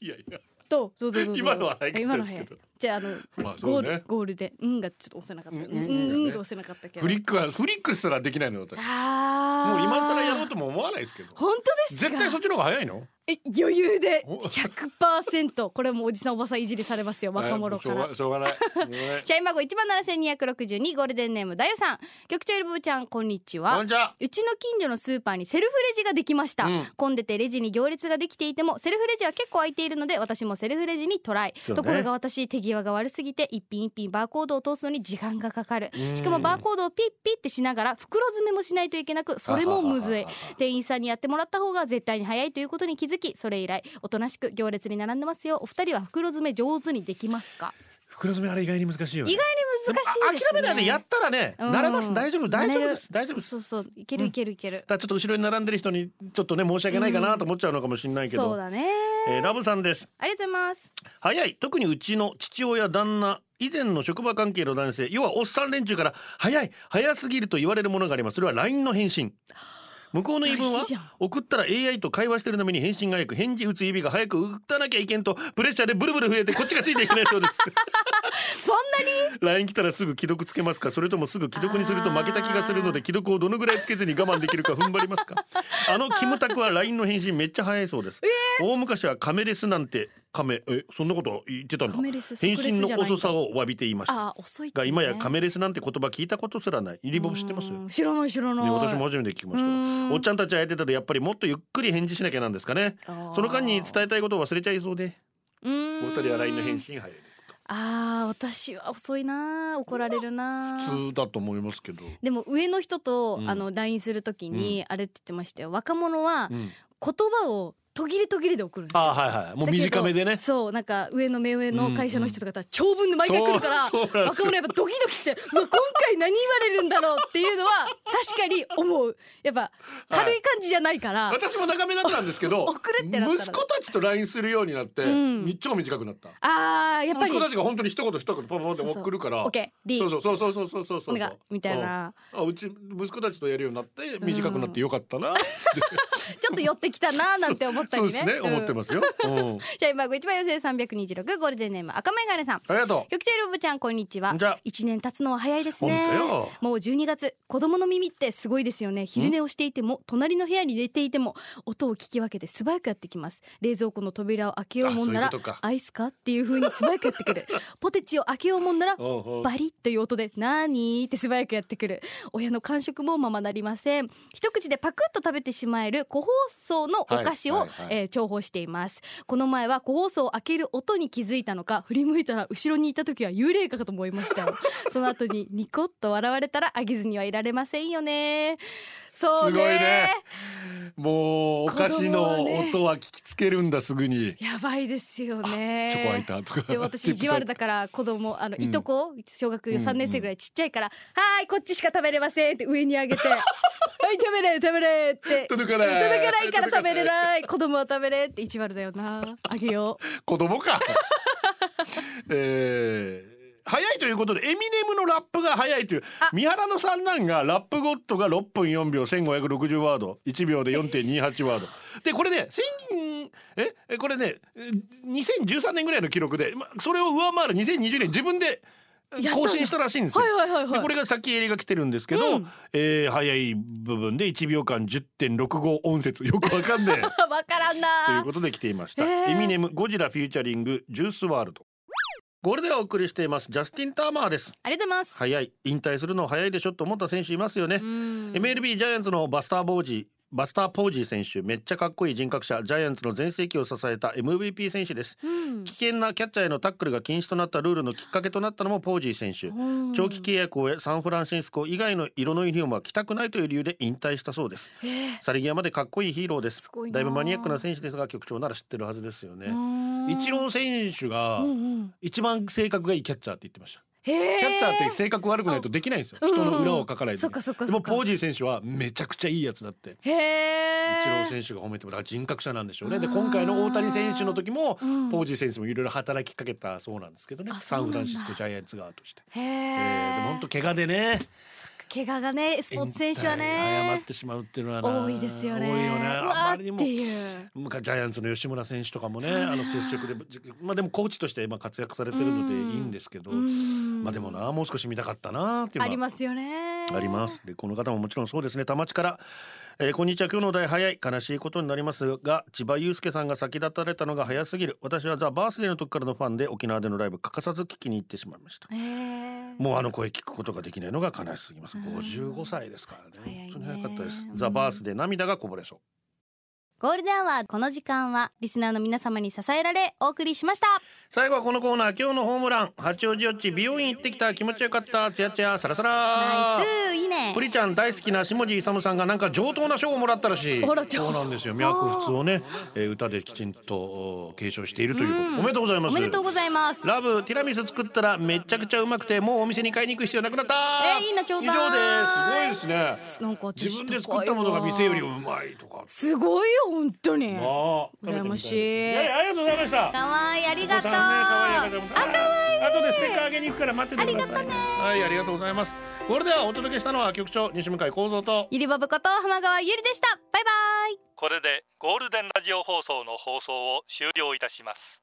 [SPEAKER 1] いやいや
[SPEAKER 2] どうどうどうどうどう
[SPEAKER 1] 今のは早か
[SPEAKER 2] 今
[SPEAKER 1] った
[SPEAKER 2] の
[SPEAKER 1] ですけ
[SPEAKER 2] 早い
[SPEAKER 1] ど
[SPEAKER 2] じゃああの、
[SPEAKER 3] まあそ
[SPEAKER 2] ゴ
[SPEAKER 3] う
[SPEAKER 2] ール
[SPEAKER 3] ね
[SPEAKER 2] ゴールでうんがちょっと押せなかった、
[SPEAKER 3] うん
[SPEAKER 2] うん
[SPEAKER 3] うん
[SPEAKER 2] うんが押せなかったけど
[SPEAKER 3] フリックはフリックすらできないのだって
[SPEAKER 2] あ
[SPEAKER 3] もう
[SPEAKER 2] ー
[SPEAKER 3] 今更やろうとも思わないですけど
[SPEAKER 2] 本当ですか
[SPEAKER 3] 絶対そっちの方が早いの
[SPEAKER 2] え余裕で
[SPEAKER 3] お
[SPEAKER 2] 100%これもうおじさんおばさんいじりされますよ若者から
[SPEAKER 3] しょうがしょうがないね
[SPEAKER 2] 社員番号一万七千二百六十二ゴールデンネームだよさん局長ゆるぼぶちゃんこんにち
[SPEAKER 1] こん
[SPEAKER 2] は
[SPEAKER 1] にちは
[SPEAKER 2] うちの近所のスーパーにセルフレジができました、
[SPEAKER 1] うん
[SPEAKER 2] 混んでてレジに行列ができていてもセルフレジは結構空いているので私もセルフレジにトライ、
[SPEAKER 1] そうね
[SPEAKER 2] ところが私手際が悪すぎて一品一品バーコードを通すのに時間がかかる
[SPEAKER 1] うん
[SPEAKER 2] しかもバーコードをピッピッってしながら袋詰めもしないといけなくそれもむずい店員さんにやってもらった方が絶対に早いということに気づきそれ以来おとなしく行列に並んでますよお二人は袋詰め上手にできますか
[SPEAKER 1] 袋詰めあれ意外に難しいよね
[SPEAKER 2] 意外に難しいですね
[SPEAKER 1] もあ諦めないでやったらね
[SPEAKER 2] うん
[SPEAKER 1] 並ばす大丈夫大丈夫です
[SPEAKER 2] 慣
[SPEAKER 1] 大
[SPEAKER 2] れる
[SPEAKER 1] 丈夫です
[SPEAKER 2] そうそうそういけるいけるいける、
[SPEAKER 1] ただちょっと後ろに並んでる人にちょっとね申し訳ないかなと思っちゃうのかもしれないけ
[SPEAKER 2] そう
[SPEAKER 1] ど
[SPEAKER 2] だね
[SPEAKER 1] えーラブさんです
[SPEAKER 2] ありがとうございます
[SPEAKER 1] 早い特にうちの父親旦那以前の職場関係の男性要はおっさん連中から早い早すぎると言われるものがありますそれは LINE の返信向こうの言い分
[SPEAKER 2] 大
[SPEAKER 1] は
[SPEAKER 2] 事じゃん
[SPEAKER 1] 送ったら AI と会話してるために返信が早く返事打つ指が早く打たなきゃいけんとプレッシャーでブルブル増えてこっちがついていけないそうです
[SPEAKER 2] そんなに
[SPEAKER 1] LINE 来たらすぐ既読つけますかそれともすぐ既読にすると負けた気がするので既読をどのぐらいつけずに我慢できるか 踏ん張りますかあのキムタクは LINE の返信めっちゃ早いそうです、大昔はカメレスなんてカメえそんなこと言ってたのか
[SPEAKER 2] カメレス
[SPEAKER 1] 返信の遅さ
[SPEAKER 2] を
[SPEAKER 1] を詫びていました
[SPEAKER 2] あー遅いってね
[SPEAKER 1] が今やカメレスなんて言葉聞いたことすらないゆりぼぶ知ってます
[SPEAKER 2] う
[SPEAKER 1] ね
[SPEAKER 2] ん知らない知らない
[SPEAKER 1] 私も初めて聞きまし
[SPEAKER 2] う
[SPEAKER 1] た
[SPEAKER 2] ん
[SPEAKER 1] おっちゃんたちはやってたらやっぱりもっとゆっくり返事しなきゃなんですかね
[SPEAKER 2] あー
[SPEAKER 1] その間に伝えたいことを忘れちゃいそうで
[SPEAKER 2] う
[SPEAKER 1] お
[SPEAKER 2] ーん
[SPEAKER 1] 二人は LINE の返信早いですか
[SPEAKER 2] あー私は遅いなー怒られるなー
[SPEAKER 1] 普通だと思いますけど
[SPEAKER 2] でも上の人と、
[SPEAKER 1] うん
[SPEAKER 2] あの LINE するときに、あれって言ってましたよ若者は
[SPEAKER 1] うん
[SPEAKER 2] 言葉を途切れ途切れで送るんですよ
[SPEAKER 1] あーはいはいもう短めでね
[SPEAKER 2] そうなんか上の目上の会社の人とかだったら長文で毎回来るから、
[SPEAKER 1] そうそうなんです
[SPEAKER 2] 若
[SPEAKER 1] よ
[SPEAKER 2] 者やっぱドキドキしてうわ今回何言われるんだろうっていうのは確かに思うやっぱ軽い感じじゃないから、
[SPEAKER 3] 私も長めだったんですけど
[SPEAKER 2] 遅れってなったら
[SPEAKER 3] 息子たちと LINE するようになって
[SPEAKER 2] うん
[SPEAKER 3] 日超短くなった
[SPEAKER 2] あーやっぱり
[SPEAKER 3] 息子たちが本当に一言一言パパパって送るから
[SPEAKER 2] オッケーリ
[SPEAKER 3] そうそうそうそうそうそうそうそ
[SPEAKER 2] お
[SPEAKER 3] う
[SPEAKER 2] 願いみたいな
[SPEAKER 3] あうち息子たちとやるようになって短くなってよかったなって、
[SPEAKER 2] ちょっと寄ってきたな ーなんて思ったり
[SPEAKER 3] そう
[SPEAKER 2] ね
[SPEAKER 3] ですね、思って
[SPEAKER 2] す
[SPEAKER 3] ますよ、うん、
[SPEAKER 2] じゃあ今1番4 326ゴールデンネーム赤メガネさん
[SPEAKER 3] ありがと
[SPEAKER 2] 局長ロブちゃんこんにちは
[SPEAKER 1] こんにちは
[SPEAKER 2] 一年経つのは 早いですね
[SPEAKER 1] 本当よ
[SPEAKER 2] もう12月子供の耳ってすごいですよね昼寝をしていても隣の部屋に寝ていても音を聞き分けて素早くやってきます冷蔵庫の扉を開けようもんな
[SPEAKER 3] あ
[SPEAKER 2] ら
[SPEAKER 3] そういうことか
[SPEAKER 2] アイスかっていう風に素早くやってくるポテチを開けようもんなら
[SPEAKER 3] ううんうん
[SPEAKER 2] バリッという音で「なーに?」って素早くやってくる親の感触もままなりません一口でパクッと食べてしまえる個包装のお菓子を、
[SPEAKER 3] はいはいはい
[SPEAKER 2] えー重宝していますこの前は個包装を開ける音に気づいたのか振り向いたら後ろにいた時は幽霊かと思い ましたよその後にニコッと笑われたらあげずにはいられませんよねそうね
[SPEAKER 3] すごいねもうお菓子の
[SPEAKER 2] 子供はね
[SPEAKER 3] 音は聞きつけるんだすぐに、
[SPEAKER 2] やばいですよ
[SPEAKER 3] チ
[SPEAKER 2] ね
[SPEAKER 3] ョコ開いたとか
[SPEAKER 2] で私意地悪だから子供あの
[SPEAKER 3] ん
[SPEAKER 2] いとこ小学
[SPEAKER 3] うん
[SPEAKER 2] 3年生ぐらいちっちゃいから「はーいこっちしか食べれません」って上に 上げて「はい食べれ食べれ」って
[SPEAKER 3] 届かない
[SPEAKER 2] 届かないから食べれない子供は食べれって 意地悪だよなあげよう
[SPEAKER 3] 子供かえー
[SPEAKER 1] 早いということでエミネムのラップが早いという三原の三男がラップゴッドが6分4秒1560ワード1秒で4.28ワードでこれね1000ええこれねえ2013年ぐらいの記録で、ま、それを上回る2020年自分で
[SPEAKER 2] やったんだ
[SPEAKER 1] 更新したらしいんですよ
[SPEAKER 2] はい。はいはいはい
[SPEAKER 1] でこれがさっきエリが来てるんですけど、
[SPEAKER 2] うん
[SPEAKER 1] えー早い部分で1秒間10.65音節よくわかん ねえ
[SPEAKER 2] わからん
[SPEAKER 1] という
[SPEAKER 2] な
[SPEAKER 1] ことで来ていました、
[SPEAKER 2] へー
[SPEAKER 1] エミネムゴジラフューチャリングジュースワールドこれではお送りしていますジャスティン・ターマーです
[SPEAKER 2] ありがとうございます、
[SPEAKER 1] 早い引退するの早いでしょと思った選手いますよね
[SPEAKER 2] う、ん
[SPEAKER 1] MLB ジャイアンツのバスターボージーバスターポージー選手めっちゃかっこいい人格者ジャイアンツの全盛期を支えた MVP 選手です
[SPEAKER 2] うん
[SPEAKER 1] 危険なキャッチャーへのタックルが禁止となったルールのきっかけとなったのもポージー選手
[SPEAKER 2] うん
[SPEAKER 1] 長期契約を終えサンフランシスコ以外の色のユニフォームは着たくないという理由で引退したそうです
[SPEAKER 2] えー
[SPEAKER 1] さり際までかっこいいヒーローです
[SPEAKER 2] すごいな
[SPEAKER 1] だいぶマニアックな選手ですが局長なら知ってるはずですよね
[SPEAKER 2] うん
[SPEAKER 1] イチロー選手が
[SPEAKER 2] うんうん
[SPEAKER 1] 一番性格がいいキャッチャーって言ってました
[SPEAKER 2] へえ
[SPEAKER 1] キャッチャーって性格悪くないとできないんですよ
[SPEAKER 2] うん
[SPEAKER 1] 人の裏をかかない
[SPEAKER 2] そ
[SPEAKER 1] と
[SPEAKER 2] っかそっか
[SPEAKER 1] で
[SPEAKER 2] そ
[SPEAKER 1] も
[SPEAKER 2] っか
[SPEAKER 1] ポージー選手はめちゃくちゃいいやつだって
[SPEAKER 2] へ
[SPEAKER 1] イ
[SPEAKER 2] え
[SPEAKER 1] チロー選手が褒めてもらう人格者なんでしょうねで
[SPEAKER 2] あー
[SPEAKER 1] 今回の大谷選手の時も
[SPEAKER 2] うん
[SPEAKER 1] ポージー選手もいろいろ働きかけたそうなんですけどね
[SPEAKER 2] あそ
[SPEAKER 1] サン
[SPEAKER 2] うなん
[SPEAKER 1] フ
[SPEAKER 2] だ
[SPEAKER 1] ランシスコジャイアンツ側として。
[SPEAKER 2] へ
[SPEAKER 1] えー、でも本
[SPEAKER 2] え
[SPEAKER 1] 当怪我でね
[SPEAKER 2] 怪我がねスポーツ選手は
[SPEAKER 1] 引退
[SPEAKER 2] ね
[SPEAKER 1] 謝ってしまうっていうのはな
[SPEAKER 2] 多いですよね
[SPEAKER 1] 多いよね
[SPEAKER 2] う
[SPEAKER 1] あ
[SPEAKER 2] わ
[SPEAKER 1] まりに
[SPEAKER 2] ーっ
[SPEAKER 1] も
[SPEAKER 2] ていう
[SPEAKER 1] 昔ジャイアンツの吉村選手とかもね
[SPEAKER 2] そうね
[SPEAKER 1] あの接触でまあでもコーチとして今活躍されてるのでいい
[SPEAKER 2] うん
[SPEAKER 1] んですけど、
[SPEAKER 2] うん
[SPEAKER 1] まあでもなもう少し見たかったなっていうのは
[SPEAKER 2] ありますよね
[SPEAKER 1] あります。で、この方ももちろんそうですね。田町から、えーこんにちは。今日のお題早い。悲しいことになりますが、千葉雄介さんが先立たれたのが早すぎる。私はザ・バースデーの時からのファンで、沖縄でのライブ欠かさず聞きに行ってしまいました。
[SPEAKER 2] へえ
[SPEAKER 1] もうあの声聞くことができないのが悲しすぎます。
[SPEAKER 2] うん
[SPEAKER 1] 55歳ですから
[SPEAKER 2] 早い
[SPEAKER 1] ね。本
[SPEAKER 2] ね
[SPEAKER 1] 当に早かったです
[SPEAKER 2] う。ん
[SPEAKER 1] ザ・バースデー涙がこぼれそう。
[SPEAKER 2] ゴールデンアワーこの時間はリスナーの皆様に支えられお送りしました
[SPEAKER 1] 最後はこのコーナー、今日のホームラン。八王子よっち、美容院行ってきた。気持ちよかった。ツヤツヤ、サラサラ
[SPEAKER 2] ナイ。スいいね
[SPEAKER 1] プリちゃん大好きな下地勇さんがなんか上等な賞をもらったらしい
[SPEAKER 2] あら上等
[SPEAKER 1] そうなんですよ脈普通をね、えー歌できちんとお継承しているということ、おめでとうございま
[SPEAKER 2] お
[SPEAKER 1] す
[SPEAKER 2] めでとうございます
[SPEAKER 1] ラブティラミス作ったらめちゃくちゃうまくてもうお店に買いに行く必要なくなった
[SPEAKER 2] えーいいなちょうだい
[SPEAKER 1] 以上ですすごいですね
[SPEAKER 2] なんか私
[SPEAKER 1] 自分で作ったものが店よりうまいとか
[SPEAKER 2] すごいよ本当に
[SPEAKER 1] まあ食べてみた
[SPEAKER 2] 羨ましい
[SPEAKER 1] ややありがとうございました
[SPEAKER 2] かわいいありがと
[SPEAKER 1] お子
[SPEAKER 2] う
[SPEAKER 1] さんね可愛い赤ちゃんも
[SPEAKER 2] あ可愛い
[SPEAKER 1] 後でステッカーあげに行くから待っててくださいねはいありがとうございますこれではお届けしたのは局長西向井光三と
[SPEAKER 2] ゆりばぶこと浜川ゆりでしたバイバイ
[SPEAKER 5] これでゴールデンラジオ放送の放送を終了いたします